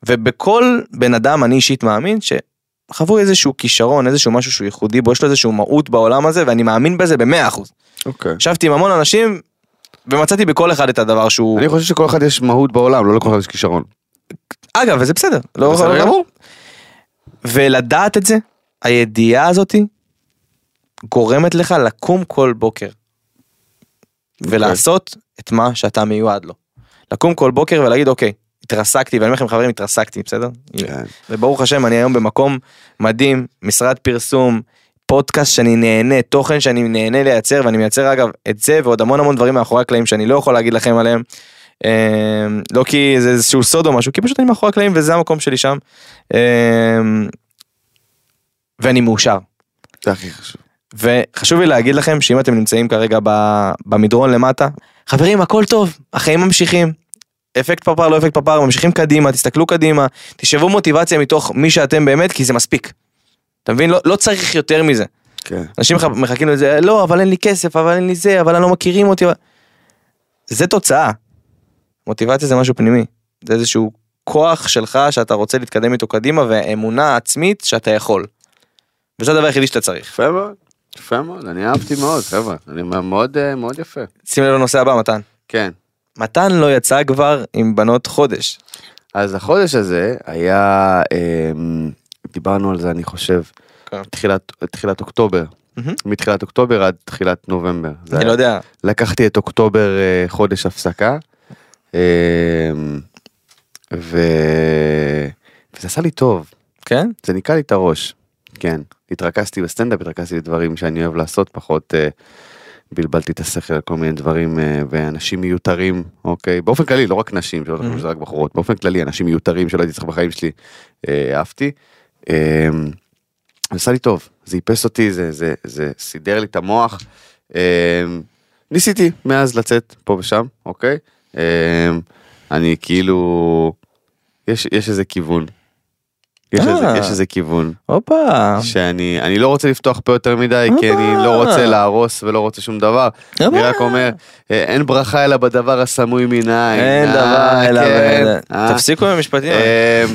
ובכל בן אדם אני אישית מאמין שחוו איזשהו כישרון איזשהו משהו שהוא ייחודי בו יש לו איזשהו מהות בעולם הזה ואני מאמין בזה במאה אחוז.
אוקיי.
ישבתי עם המון אנשים ומצאתי בכל אחד את הדבר שהוא
אני חושב שכל אחד יש מהות בעולם, לא לכל אחד יש כישרון.
אגב וזה בסדר לא
בסדר
לא-
גמור.
ולדעת את זה הידיעה הזאתי גורמת לך לקום כל בוקר.
אוקיי.
ולעשות את מה שאתה מיועד לו. לקום כל בוקר ולהגיד אוקיי, התרסקתי, ואני אומר לכם חברים, התרסקתי, בסדר?
כן.
וברוך השם, אני היום במקום מדהים, משרד פרסום, פודקאסט שאני נהנה, תוכן שאני נהנה לייצר, ואני מייצר אגב את זה ועוד המון המון דברים מאחורי הקלעים שאני לא יכול להגיד לכם עליהם. אמ, לא כי זה איזשהו סוד או משהו, כי פשוט אני מאחורי הקלעים וזה המקום שלי שם. אמ, ואני מאושר.
זה הכי חשוב.
וחשוב לי להגיד לכם שאם אתם נמצאים כרגע ב- במדרון למטה, חברים הכל טוב, החיים ממשיכים. אפקט פרפר לא אפקט פרפר, ממשיכים קדימה, תסתכלו קדימה, תשאבו מוטיבציה מתוך מי שאתם באמת, כי זה מספיק. אתה מבין? לא, לא צריך יותר מזה.
כן.
אנשים מח- מחכים לזה, לא, אבל אין לי כסף, אבל אין לי זה, אבל לא מכירים אותי. זה תוצאה. מוטיבציה זה משהו פנימי. זה איזשהו כוח שלך שאתה רוצה להתקדם איתו קדימה, ואמונה עצמית שאתה יכול. וזה הדבר היחידי שאתה צריך.
יפה מאוד. יפה מאוד, אני אהבתי מאוד, חבר'ה. אני מאוד אה, מאוד יפה.
שים לב לנושא הבא, מתן.
כן.
מתן לא יצא כבר עם בנות חודש.
אז החודש הזה היה, אמ, דיברנו על זה אני חושב,
כן.
תחילת, תחילת אוקטובר,
מהמם.
מתחילת אוקטובר עד תחילת נובמבר. זה
אני
היה-
לא יודע.
לקחתי את אוקטובר אה, חודש הפסקה, אמ, ו... וזה עשה לי טוב,
כן?
זה ניקה לי את הראש, כן. התרכזתי בסטנדאפ, התרכזתי בדברים שאני אוהב לעשות, פחות אה, בלבלתי את השכל על כל מיני דברים אה, ואנשים מיותרים, אוקיי? באופן כללי, לא רק נשים, שלא תחשבו שזה רק בחורות, באופן כללי אנשים מיותרים שלא הייתי צריך בחיים שלי, אה, אהבתי. אה, זה עשה לי טוב, זה איפס אותי, זה, זה, זה סידר לי את המוח. אה, ניסיתי מאז לצאת פה ושם, אוקיי? אה, אני כאילו, יש, יש איזה כיוון. יש
אה.
איזה, יש איזה כיוון.
הופה.
שאני אני לא רוצה לפתוח פה יותר מדי
אה.
כי אני לא רוצה להרוס ולא רוצה שום דבר. אני רק אומר אה, אין ברכה אלא בדבר הסמוי מן העין.
אין
אה,
דבר אלא...
כן,
ב-
אה.
תפסיקו עם המשפטים. האלה.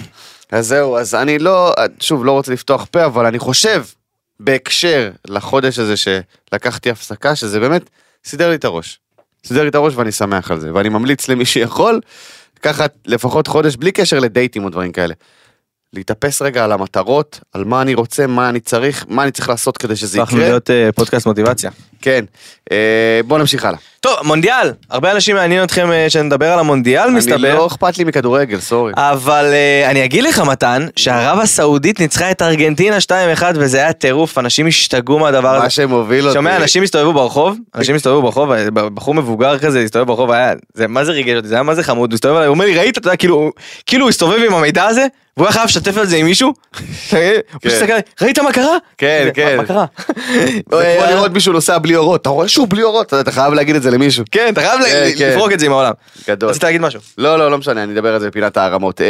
אה, אז זהו אז אני לא שוב לא רוצה לפתוח פה אבל אני חושב בהקשר לחודש הזה שלקחתי הפסקה שזה באמת סידר לי את הראש. סידר לי את הראש ואני שמח על זה ואני ממליץ למי שיכול לקחת לפחות חודש בלי קשר לדייטים או דברים כאלה. להתאפס רגע על המטרות, על מה אני רוצה, מה אני צריך, מה אני צריך לעשות כדי שזה
הפכנו
יקרה.
להיות אה, פודקאסט מוטיבציה.
כן. אה, בוא נמשיך הלאה.
טוב, מונדיאל. הרבה אנשים מעניין אתכם אה, שנדבר על המונדיאל
אני
מסתבר.
לא אכפת לי מכדורגל, סורי.
אבל אה, אני אגיד לך מתן, שערב הסעודית ניצחה את ארגנטינה 2-1 וזה היה טירוף, אנשים השתגעו מהדבר הזה.
מה שמוביל אותי.
שומע, אנשים הסתובבו ברחוב, אנשים הסתובבו ברחוב, אה, בחור מבוגר כזה הסתובב ברחוב, היה, זה מה זה ריגש אותי, זה היה מה זה חמוד, הוא הסתובב עליי, הוא אומר לי, ראית, אתה יודע, כאילו, כאילו הוא הסתובב עם המידע הזה, והוא היה חייב לשתף על זה עם מישהו, הוא פשוט הסתכל עליי, ראית מה קרה?
כן,
מה-
כן.
מה קרה? אה,
זה כמו לראות מישהו נוסע בלי אורות, אתה רואה שהוא בלי אורות, אתה- אתה חייב להגיד את זה למישהו.
כן, אתה חייב ל-
כן, כן.
לפרוק את זה עם העולם.
גדול.
רצית להגיד משהו.
לא, לא, לא משנה, אני אדבר על זה בפינת הערמות. אה,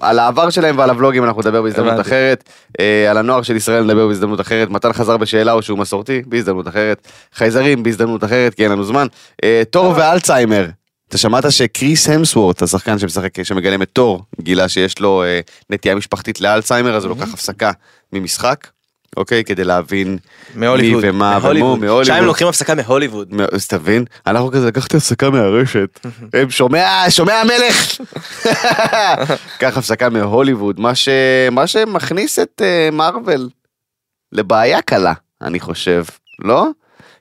על העבר שלהם ועל הבלוגים אנחנו נדבר בהזדמנות
הבנתי.
אחרת. אה, על הנוער של ישראל נדבר בהזדמנות אחרת. מתן חזר בשאלה או שהוא מסורתי, בהזדמנות אחרת. חייזרים, בהזדמנות אחרת, כי אין לנו זמן. אה, תור ואלצהיימר. אתה שמעת שקריס המסוורט, השחקן שמשחק, שמגלם את תור, גילה שיש לו אה, נטייה משפחתית לאלצהיימר, אז הוא לוקח הפסקה ממשחק, אוקיי? כדי להבין
מהוליווד.
מי ומה ומו,
מהוליווד. שם הם
מהוליווד.
לוקחים הפסקה מהוליווד.
מא- אז תבין, אנחנו כזה לקחתי הפסקה מהרשת, הם שומע, שומע המלך! קח הפסקה מהוליווד, מה, ש... מה שמכניס את אה, מארוול לבעיה קלה, אני חושב, לא?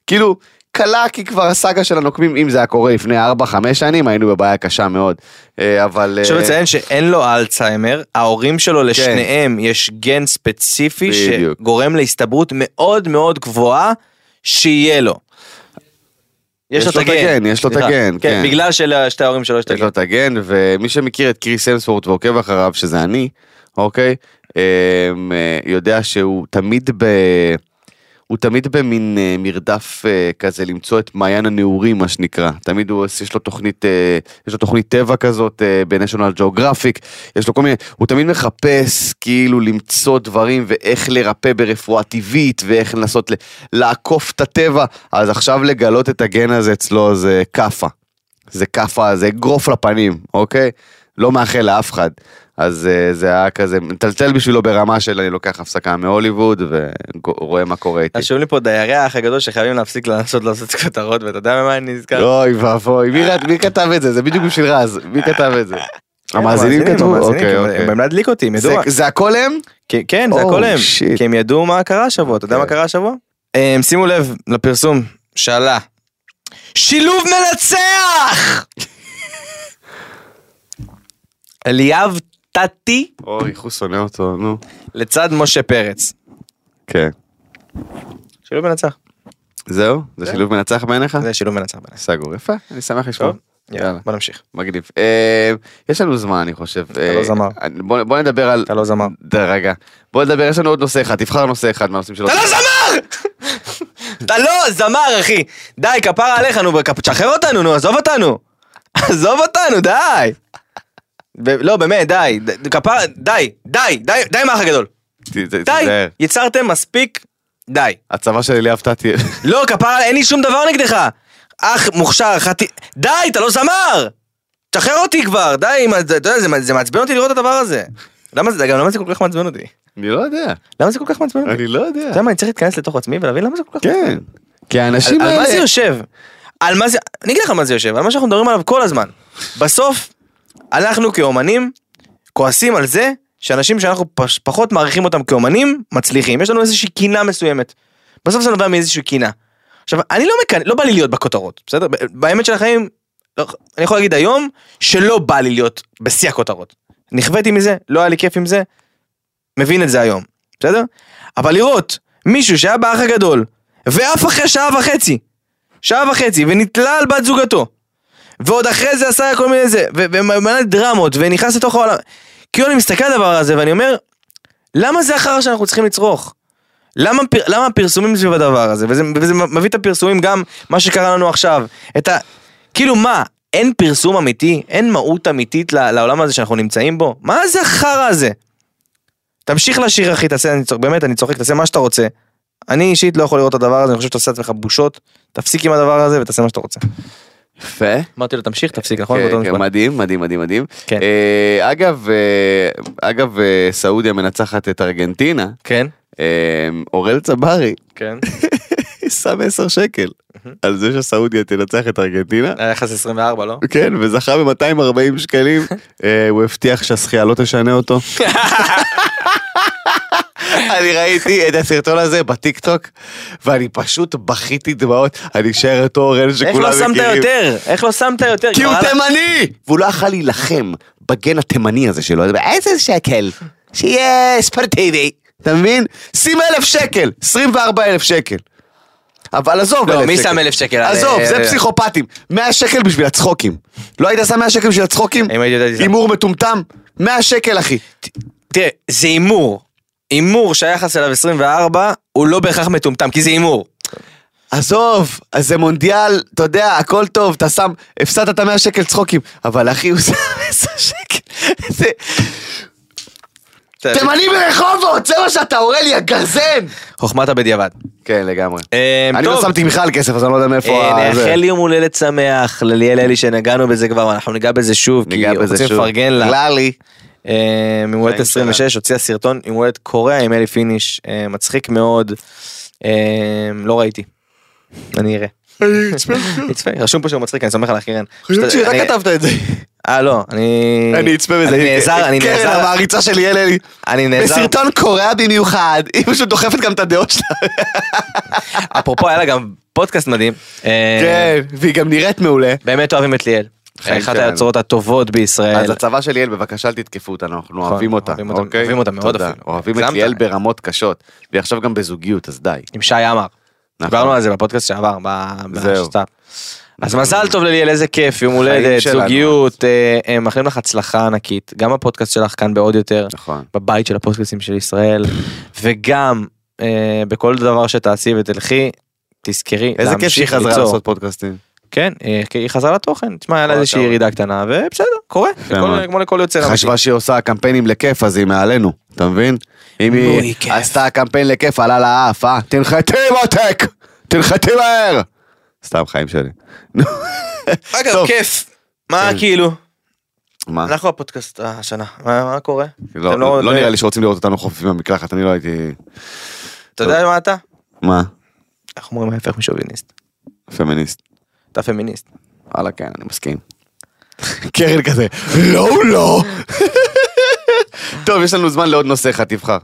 כאילו, קלה כי כבר הסאגה של הנוקמים, אם זה היה קורה לפני 4-5 שנים, היינו בבעיה קשה מאוד, אה, אבל...
עכשיו
אה,
לציין שאין לו אלצהיימר, ההורים שלו לשניהם יש גן ספציפי
כן. בדיוק.
שגורם להסתברות מאוד מאוד גבוהה שיהיה לו.
יש לו את הגן, יש לו את
סליחה.
הגן, כן.
בגלל שלשתי ההורים שלו יש את
יש לו
הגן.
את הגן, ומי שמכיר את קריס המסוורט ועוקב אחריו, שזה אני, אוקיי, אמ, אה, יודע שהוא תמיד ב... הוא תמיד במין אה, מרדף אה, כזה למצוא את מעיין הנעורים מה שנקרא תמיד הוא יש לו תוכנית אה, יש לו תוכנית טבע כזאת אה, בנשיונל ג'אוגרפיק יש לו כל מיני הוא תמיד מחפש כאילו למצוא דברים ואיך לרפא ברפואה טבעית ואיך לנסות ל- לעקוף את הטבע אז עכשיו לגלות את הגן הזה אצלו זה כאפה זה כאפה, זה אגרוף לפנים, אוקיי? לא מאחל לאף אחד. אז אה, זה היה כזה מטלטל בשבילו ברמה של אני לוקח הפסקה מהוליווד ורואה מה קורה איתי.
רשום לי פה דיירי האח הגדול שחייבים להפסיק לנסות לעשות כותרות ואתה יודע ממה אני נזכר?
אוי ואבוי, מי רת- מי כתב את זה? זה בדיוק בשביל רז, מי כתב את זה? המאזינים כתבו?
אה, כן, המאזינים,
אוקיי,
הם-
אוקיי.
הם להדליק אותי, הם ידעו.
זה-
מה-
זה הכל הם?
כי- כן, זה
Oh,
הכל הם.
shit.
כי הם ידעו מה קרה השבוע, אתה יודע
כן.
מה קרה השבוע? אמ, שימו לב לפרסום שעלה. שילוב מנצח! אליאב טאטי
אוי, איך הוא שונא אותו, נו.
לצד משה פרץ.
כן.
שילוב מנצח.
זהו? זה שילוב מנצח בעיניך?
כן. זה שילוב מנצח בעיניי.
סגור, יפה, אני שמח לשמוע.
אה. טוב,
יאללה.
יאללה, בוא נמשיך.
מגניב. אה, יש לנו זמן, אני חושב. אתה
לא זמר.
בוא נדבר על...
אתה לא זמר.
ד- רגע. בוא נדבר, יש לנו עוד נושא אחד, תבחר נושא אחד מהנושאים שלו.
אתה לא זמר! אתה לא זמר, אחי. די, כפרה עליך, נו, כפ- תשחרר אותנו, נו, עזוב אותנו. עזוב אותנו, די. ב- לא, באמת, די. ד- כפרה, די, די, די, די מהאח הגדול. די,
די.
יצרתם מספיק, די.
הצבא של אליאב טאטי.
לא, כפרה, אין לי שום דבר נגדך. אח מוכשר, חטי... די, אתה לא זמר! תשחרר אותי כבר, די, עם ה- אתה יודע, זה- זה מעצבן אותי לראות את הדבר הזה. למה זה, גם למה זה כל כך מעצבן אותי?
אני לא יודע,
למה זה כל כך מעצבן אותי?
אני לא יודע.
אתה יודע מה, אני צריך להתכנס לתוך עצמי ולהבין למה זה כל כך...
כן. כי האנשים
על, על
האלה...
מה זה יושב? על מה זה... אני אגיד לך על מה זה יושב, על מה שאנחנו מדברים עליו כל הזמן. בסוף, אנחנו כאומנים כועסים על זה שאנשים שאנחנו פש, פחות מעריכים אותם כאומנים, מצליחים. יש לנו איזושהי קינה מסוימת. בסוף זה נובע מאיזושהי קינה. עכשיו, אני לא מקנא, לא בא לי להיות בכותרות, בסדר? ב- באמת של החיים, לא, אני יכול להגיד היום שלא בא לי להיות בשיא הכותרות. נכוויתי מזה, לא היה לי כיף עם זה, מבין את זה היום, בסדר? אבל לראות מישהו שהיה באח הגדול, ואף אחרי שעה וחצי, שעה וחצי, ונתלה על בת זוגתו, ועוד אחרי זה עשה כל מיני זה, ו- ומלא דרמות, ונכנס לתוך העולם, כאילו אני מסתכל על הדבר הזה ואני אומר, למה זה החרא שאנחנו צריכים לצרוך? למה, פר- למה הפרסומים סביב הדבר הזה? וזה, וזה מביא את הפרסומים גם, מה שקרה לנו עכשיו, את ה... כאילו מה, אין פרסום אמיתי? אין מהות אמיתית ל- לעולם הזה שאנחנו נמצאים בו? מה זה החרא הזה? תמשיך לשיר אחי, תעשה, אני צוחק, באמת, אני צוחק, תעשה מה שאתה רוצה. אני אישית לא יכול לראות את הדבר הזה, אני חושב שאתה עושה לעצמך בושות, תפסיק עם הדבר הזה ותעשה מה שאתה רוצה.
יפה.
אמרתי לו, תמשיך, תפסיק, נכון?
כן,
באותו
כן,
משפט.
מדהים, מדהים, מדהים, מדהים.
כן.
אה, אגב, אה, אגב, אה, סעודיה מנצחת את ארגנטינה.
כן.
אה, אורל צברי
כן.
שם 10 שקל על זה שסעודיה תנצח את ארגנטינה.
היה יחס 24, לא?
כן, וזכה ב-240 שקלים. אה, הוא הבטיח שהשחייה לא תשנה אותו. אני ראיתי את הסרטון הזה בטיקטוק, ואני פשוט בכיתי דמעות, אני אשאר אותו אורל שכולם
איך
מכירים.
לא שמת יותר? איך לא שמת יותר?
כי הוא
כבר הלך-
תימני! והוא לא יכל להילחם בגן התימני הזה שלו, אז איזה שקל, שיהיה ספורטיבי, אתה מבין? שים אלף שקל, 24 אלף שקל. אבל עזוב,
לא,
אלף
מי
שקל.
שם אלף שקל על-
עזוב, זה
אה,
פסיכופטים. 100 שקל בשביל הצחוקים. לא היית שם 100 שקל בשביל הצחוקים?
אם הייתי יודע, הייתי שם.
הימור מטומטם? 100 שקל, אחי.
תראה, זה הימור. הימור שהיחס אליו 24 הוא לא בהכרח מטומטם, כי זה הימור.
עזוב, אז זה מונדיאל, אתה יודע, הכל טוב, אתה שם, הפסדת את המאה שקל צחוקים, אבל אחי, הוא שם 10 שקל, זה... תימני ברחובות, זה מה שאתה, אורלי, הגרזן!
חוכמת הבדיעבד.
כן, לגמרי.
אה,
אני לא
טוב.
שמתי בכלל כסף, אז אני לא יודע מאיפה...
אה,
ה- זה.
נאחל יום הולדת שמח לליאל אלי שנגענו בזה כבר, אנחנו ניגע בזה שוב, כי
ניגע בזה
רוצים
שוב.
לפרגן לה.
ללי.
אה, עם הולדת
חיים
26 הוציאה סרטון עם הולדת קורע עם אלי פיניש, אה, מצחיק מאוד, אה, לא ראיתי, אני אראה. נצפה, רשום פה שהוא מצחיק, אני סומך עליך אירן.
חושבת
פשוט,
שרק
אני-
כתבת את זה.
אה לא, אני...
אני אצפה בזה.
אני נעזר, אני
קרן,
נעזר,
המעריצה של ליאל אלי.
אני נעזר.
בסרטון קורע במיוחד, היא פשוט דוחפת גם את הדעות שלה.
אפרופו היה לה גם פודקאסט מדהים. אה,
כן, והיא גם נראית מעולה.
באמת אוהבים את ליאל.
חיים
אחת
שלנו.
היוצרות הטובות בישראל.
אז הצבא של ליאל, בבקשה אל תתקפו אותנו, אנחנו אוהבים אותה,
נכון, אוהבים אותה-
אוקיי?
אוהבים אותה מאוד
תודה.
אפילו.
אוהבים את
הגזמת.
ליאל ברמות קשות, והיא עכשיו גם בזוגיות, אז די.
עם שי עמר.
נכון.
דיברנו על זה בפודקאסט שעבר,
זהו. נכון.
בשטאפ. אז מזל טוב לליאל, איזה כיף, יום הולדת,
שלנו.
זוגיות, אה, אה, מאחלים לך הצלחה ענקית, גם הפודקאסט שלך כאן בעוד יותר,
נכון.
בבית של הפודקאסטים של ישראל, וגם אה, בכל דבר שתעשי ותלכי, תזכרי,
איזה כיף שהיא
להמשיך
חזרה
ליצור.
לעשות פודקאסטים.
כן, אה, כי היא חזרה לתוכן, תשמע, היה לה
כל
איזושהי
הכבוד.
ירידה קטנה, ובסדר, קורה, לכל-
מאוד.
כמו לכל יוצא. למדתי.
חשבה שהיא עושה קמפיינים לכיף, אז היא מעלינו, אתה מבין? אם היא
בואי, כיף.
עשתה קמפיין לכיף, עלה לה אף, אה? תנחתי מותק! תנחתי מהר! סתם חיים שלי. נו,
אגב,
טוב.
כיף, מה
כן.
כאילו,
מה?
אנחנו הפודקאסט השנה, מה מה קורה? אתם
לא לא נראה לי שרוצים לראות אותנו חופפים במקלחת, אני לא הייתי...
אתה יודע מה אתה?
מה?
איך אומרים ההפך משוביניסט?
פמיניסט.
אתה פמיניסט.
וואלה כן, אני מסכים. קרן כזה, לא, לא. טוב, יש לנו זמן לעוד נושא אחד, תבחר.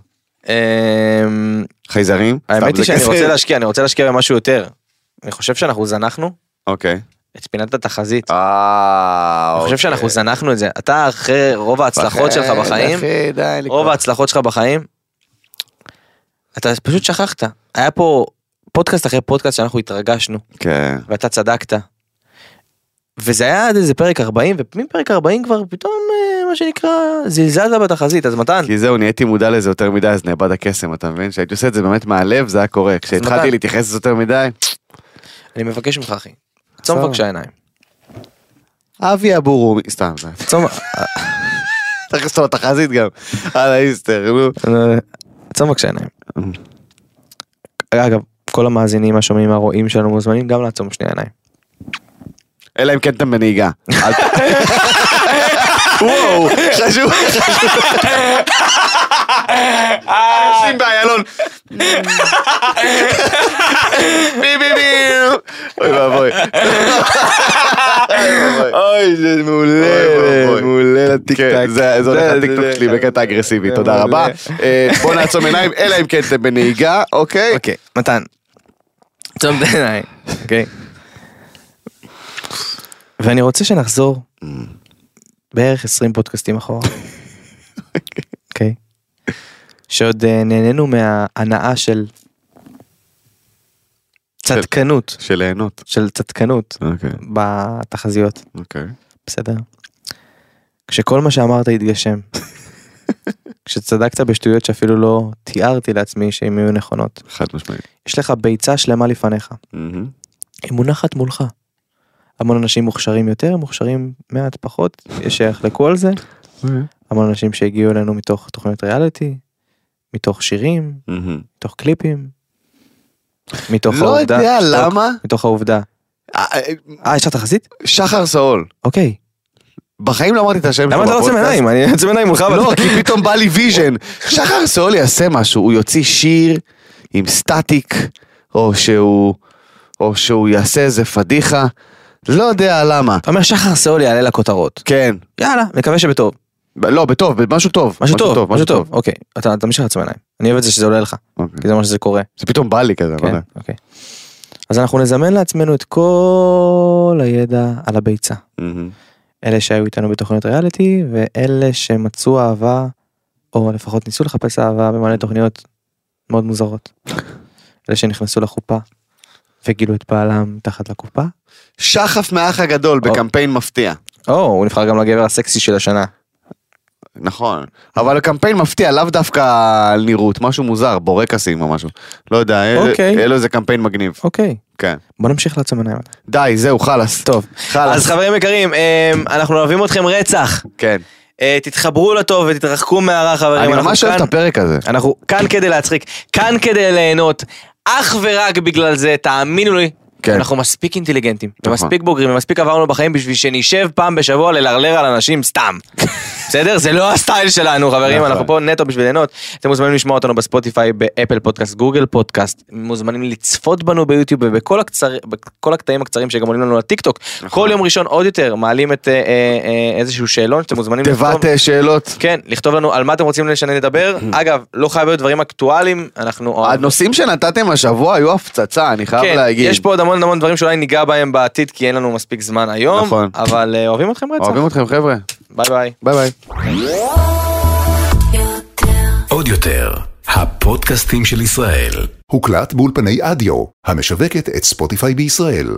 אמ,
חייזרים?
האמת
סתם,
אמ, היא
זה
שאני
כזה-
רוצה להשקיע, אני רוצה להשקיע במשהו יותר. אני חושב שאנחנו זנחנו
אוקיי.
את פינת התחזית.
אה...
אני חושב שאנחנו זנחנו את זה. אתה אחרי רוב ההצלחות שלך בחיים,
אחי, די, לי
רוב
כבר.
ההצלחות שלך בחיים, אתה פשוט שכחת. היה פה פודקאסט אחרי פודקאסט שאנחנו התרגשנו,
כן.
ואתה צדקת. וזה היה עד איזה פרק 40, ומפרק 40 כבר פתאום, אה, מה שנקרא, זלזלת בתחזית, אז מתן,
כי זהו, נהייתי מודע לזה יותר מדי, אז נאבד הקסם, אתה מבין? כשהייתי עושה את זה באמת מהלב, זה היה קורה.
מתי?
כשהתחלתי להתייחס לזה יותר מדי,
אני מבקש ממך אחי, צום
סבבה.
בבקשה עיניים.
אבי אבורומי, סתם, זה.
צום,
צריך לעשות לו תחזית גם, על האיסטר, נו.
אה, צום בבקשה עיניים. אגב, כל המאזינים, השומעים, הרואים שלנו מוזמנים גם לעצום שני עיניים.
אלא אם כן אתה בנהיגה. אל ת- וואו, חשוב, חשוב. אנשים באיילון. בי בי בי. אוי ואבוי.
אוי, זה
אוי ואבוי.
מעולה לטיק
כן, זה זה הולך
זה-
לטיקטוק
זה-
שלי בקטע אגרסיבי,
זה
תודה
מעולה.
רבה. אה, בוא נעצום עיניים, אלא אם כן אתם בנהיגה, אוקיי?
אוקיי, מתן. צום את העיניים, אוקיי? ואני רוצה שנחזור בערך 20 פודקאסטים אחורה. אוקיי. שעוד אה, נהנינו מההנאה של צדקנות,
של ליהנות.
של צדקנות
אוקיי,
בתחזיות.
אוקיי.
בסדר. כשכל מה שאמרת התגשם. כשצדקת בשטויות שאפילו לא תיארתי לעצמי שהן יהיו נכונות.
חד משמעית.
יש לך ביצה שלמה לפניך,
מהמם.
היא מונחת מולך. המון אנשים מוכשרים יותר, מוכשרים מעט פחות, יש שיחלקו על זה. המון אנשים שהגיעו אלינו מתוך תוכניות ריאליטי, מתוך שירים,
מהמם.
מתוך קליפים, מתוך
לא
העובדה,
יודע
שתוק,
למה.
מתוך העובדה.
אה, אה,
אה, יש לך תחזית?
שחר סאול.
אוקיי.
בחיים לא אמרתי את השם שלו
למה אתה לא עוצם
בפודקאסט.
עיניים? אני עוצם עיניים מולך.
לא, כי פתאום בא לי ויז'ן. שחר סאול יעשה משהו, הוא יוציא שיר עם סטטיק, או שהוא, או שהוא יעשה איזה פדיחה, לא יודע למה.
אתה אומר שחר סאול יעלה לכותרות.
כן.
יאללה, מקווה שבטוב.
ב- לא, בטוב, במשהו טוב.
משהו טוב, משהו טוב. אוקיי, אתה תמשיך לעצום עיניים. אני אוהב את זה שזה עולה לך,
אוקיי.
כי זה מה שזה קורה.
זה פתאום בא לי כזה, לא
כן,
יודע.
אוקיי. אז אנחנו נזמן לעצמנו את כל הידע על הביצה.
מהמם.
אלה שהיו איתנו בתוכניות ריאליטי, ואלה שמצאו אהבה, או לפחות ניסו לחפש אהבה במלא תוכניות מאוד מוזרות. אלה שנכנסו לחופה, וגילו את בעלם תחת לקופה.
שחף מהאח הגדול
אוקיי.
בקמפיין מפתיע.
או, הוא נבחר גם לגבר הסקסי של השנה.
נכון. אבל קמפיין מפתיע, לאו דווקא על נראות, משהו מוזר, בורקסים או משהו. לא יודע,
אוקיי.
היה לו איזה קמפיין מגניב.
אוקיי,
כן.
בוא נמשיך לעצום עיניים.
די, זהו, חלאס.
טוב,
חלאס.
אז חברים יקרים, אמ, אנחנו אוהבים אתכם רצח.
כן.
אה, תתחברו לטוב ותתרחקו מהרע חברים.
אני
אנחנו
ממש אוהב את
כאן-
הפרק הזה.
אנחנו כאן כדי להצחיק, כאן כדי ליהנות, אך ורק בגלל זה, תאמינו לי.
כן.
אנחנו מספיק אינטליגנטים,
נכון.
ומספיק בוגרים, ומספיק עברנו בחיים בשביל שנשב פעם בשבוע ללרלר על אנשים סתם. בסדר? זה לא הסטייל שלנו חברים,
נכון.
אנחנו פה נטו בשביל ליהנות. אתם מוזמנים לשמוע אותנו בספוטיפיי, באפל פודקאסט, גוגל פודקאסט, מוזמנים לצפות בנו ביוטיוב ובכל הקצר- בכל הקטעים הקצרים שגם עולים לנו לטיק טוק.
נכון.
כל יום ראשון עוד יותר מעלים את אה, אה, אה, איזשהו שאלון שאתם מוזמנים
תיבת אה, שאלות.
כן, לכתוב לנו על מה אתם רוצים שנדבר. אגב, לא חייב להיות דברים אקטואליים, אנחנו...
הנושאים שנתתם השבוע היו הפצצה, אני אה, לא, חייב
כן,
להגיד.
יש פה עוד המון המון דברים שאולי ניגע בהם בעתיד, כי אין לנו מספיק זמן היום.
נכון.
אבל אה, אוהבים אתכם רצח.
אוהבים אתכם חבר'ה,
ביי ביי.
ביי ביי.
עוד יותר, הפודקאסטים של ישראל.
הוקלט באולפני אדיו, המשווקת את ספוטיפיי בישראל.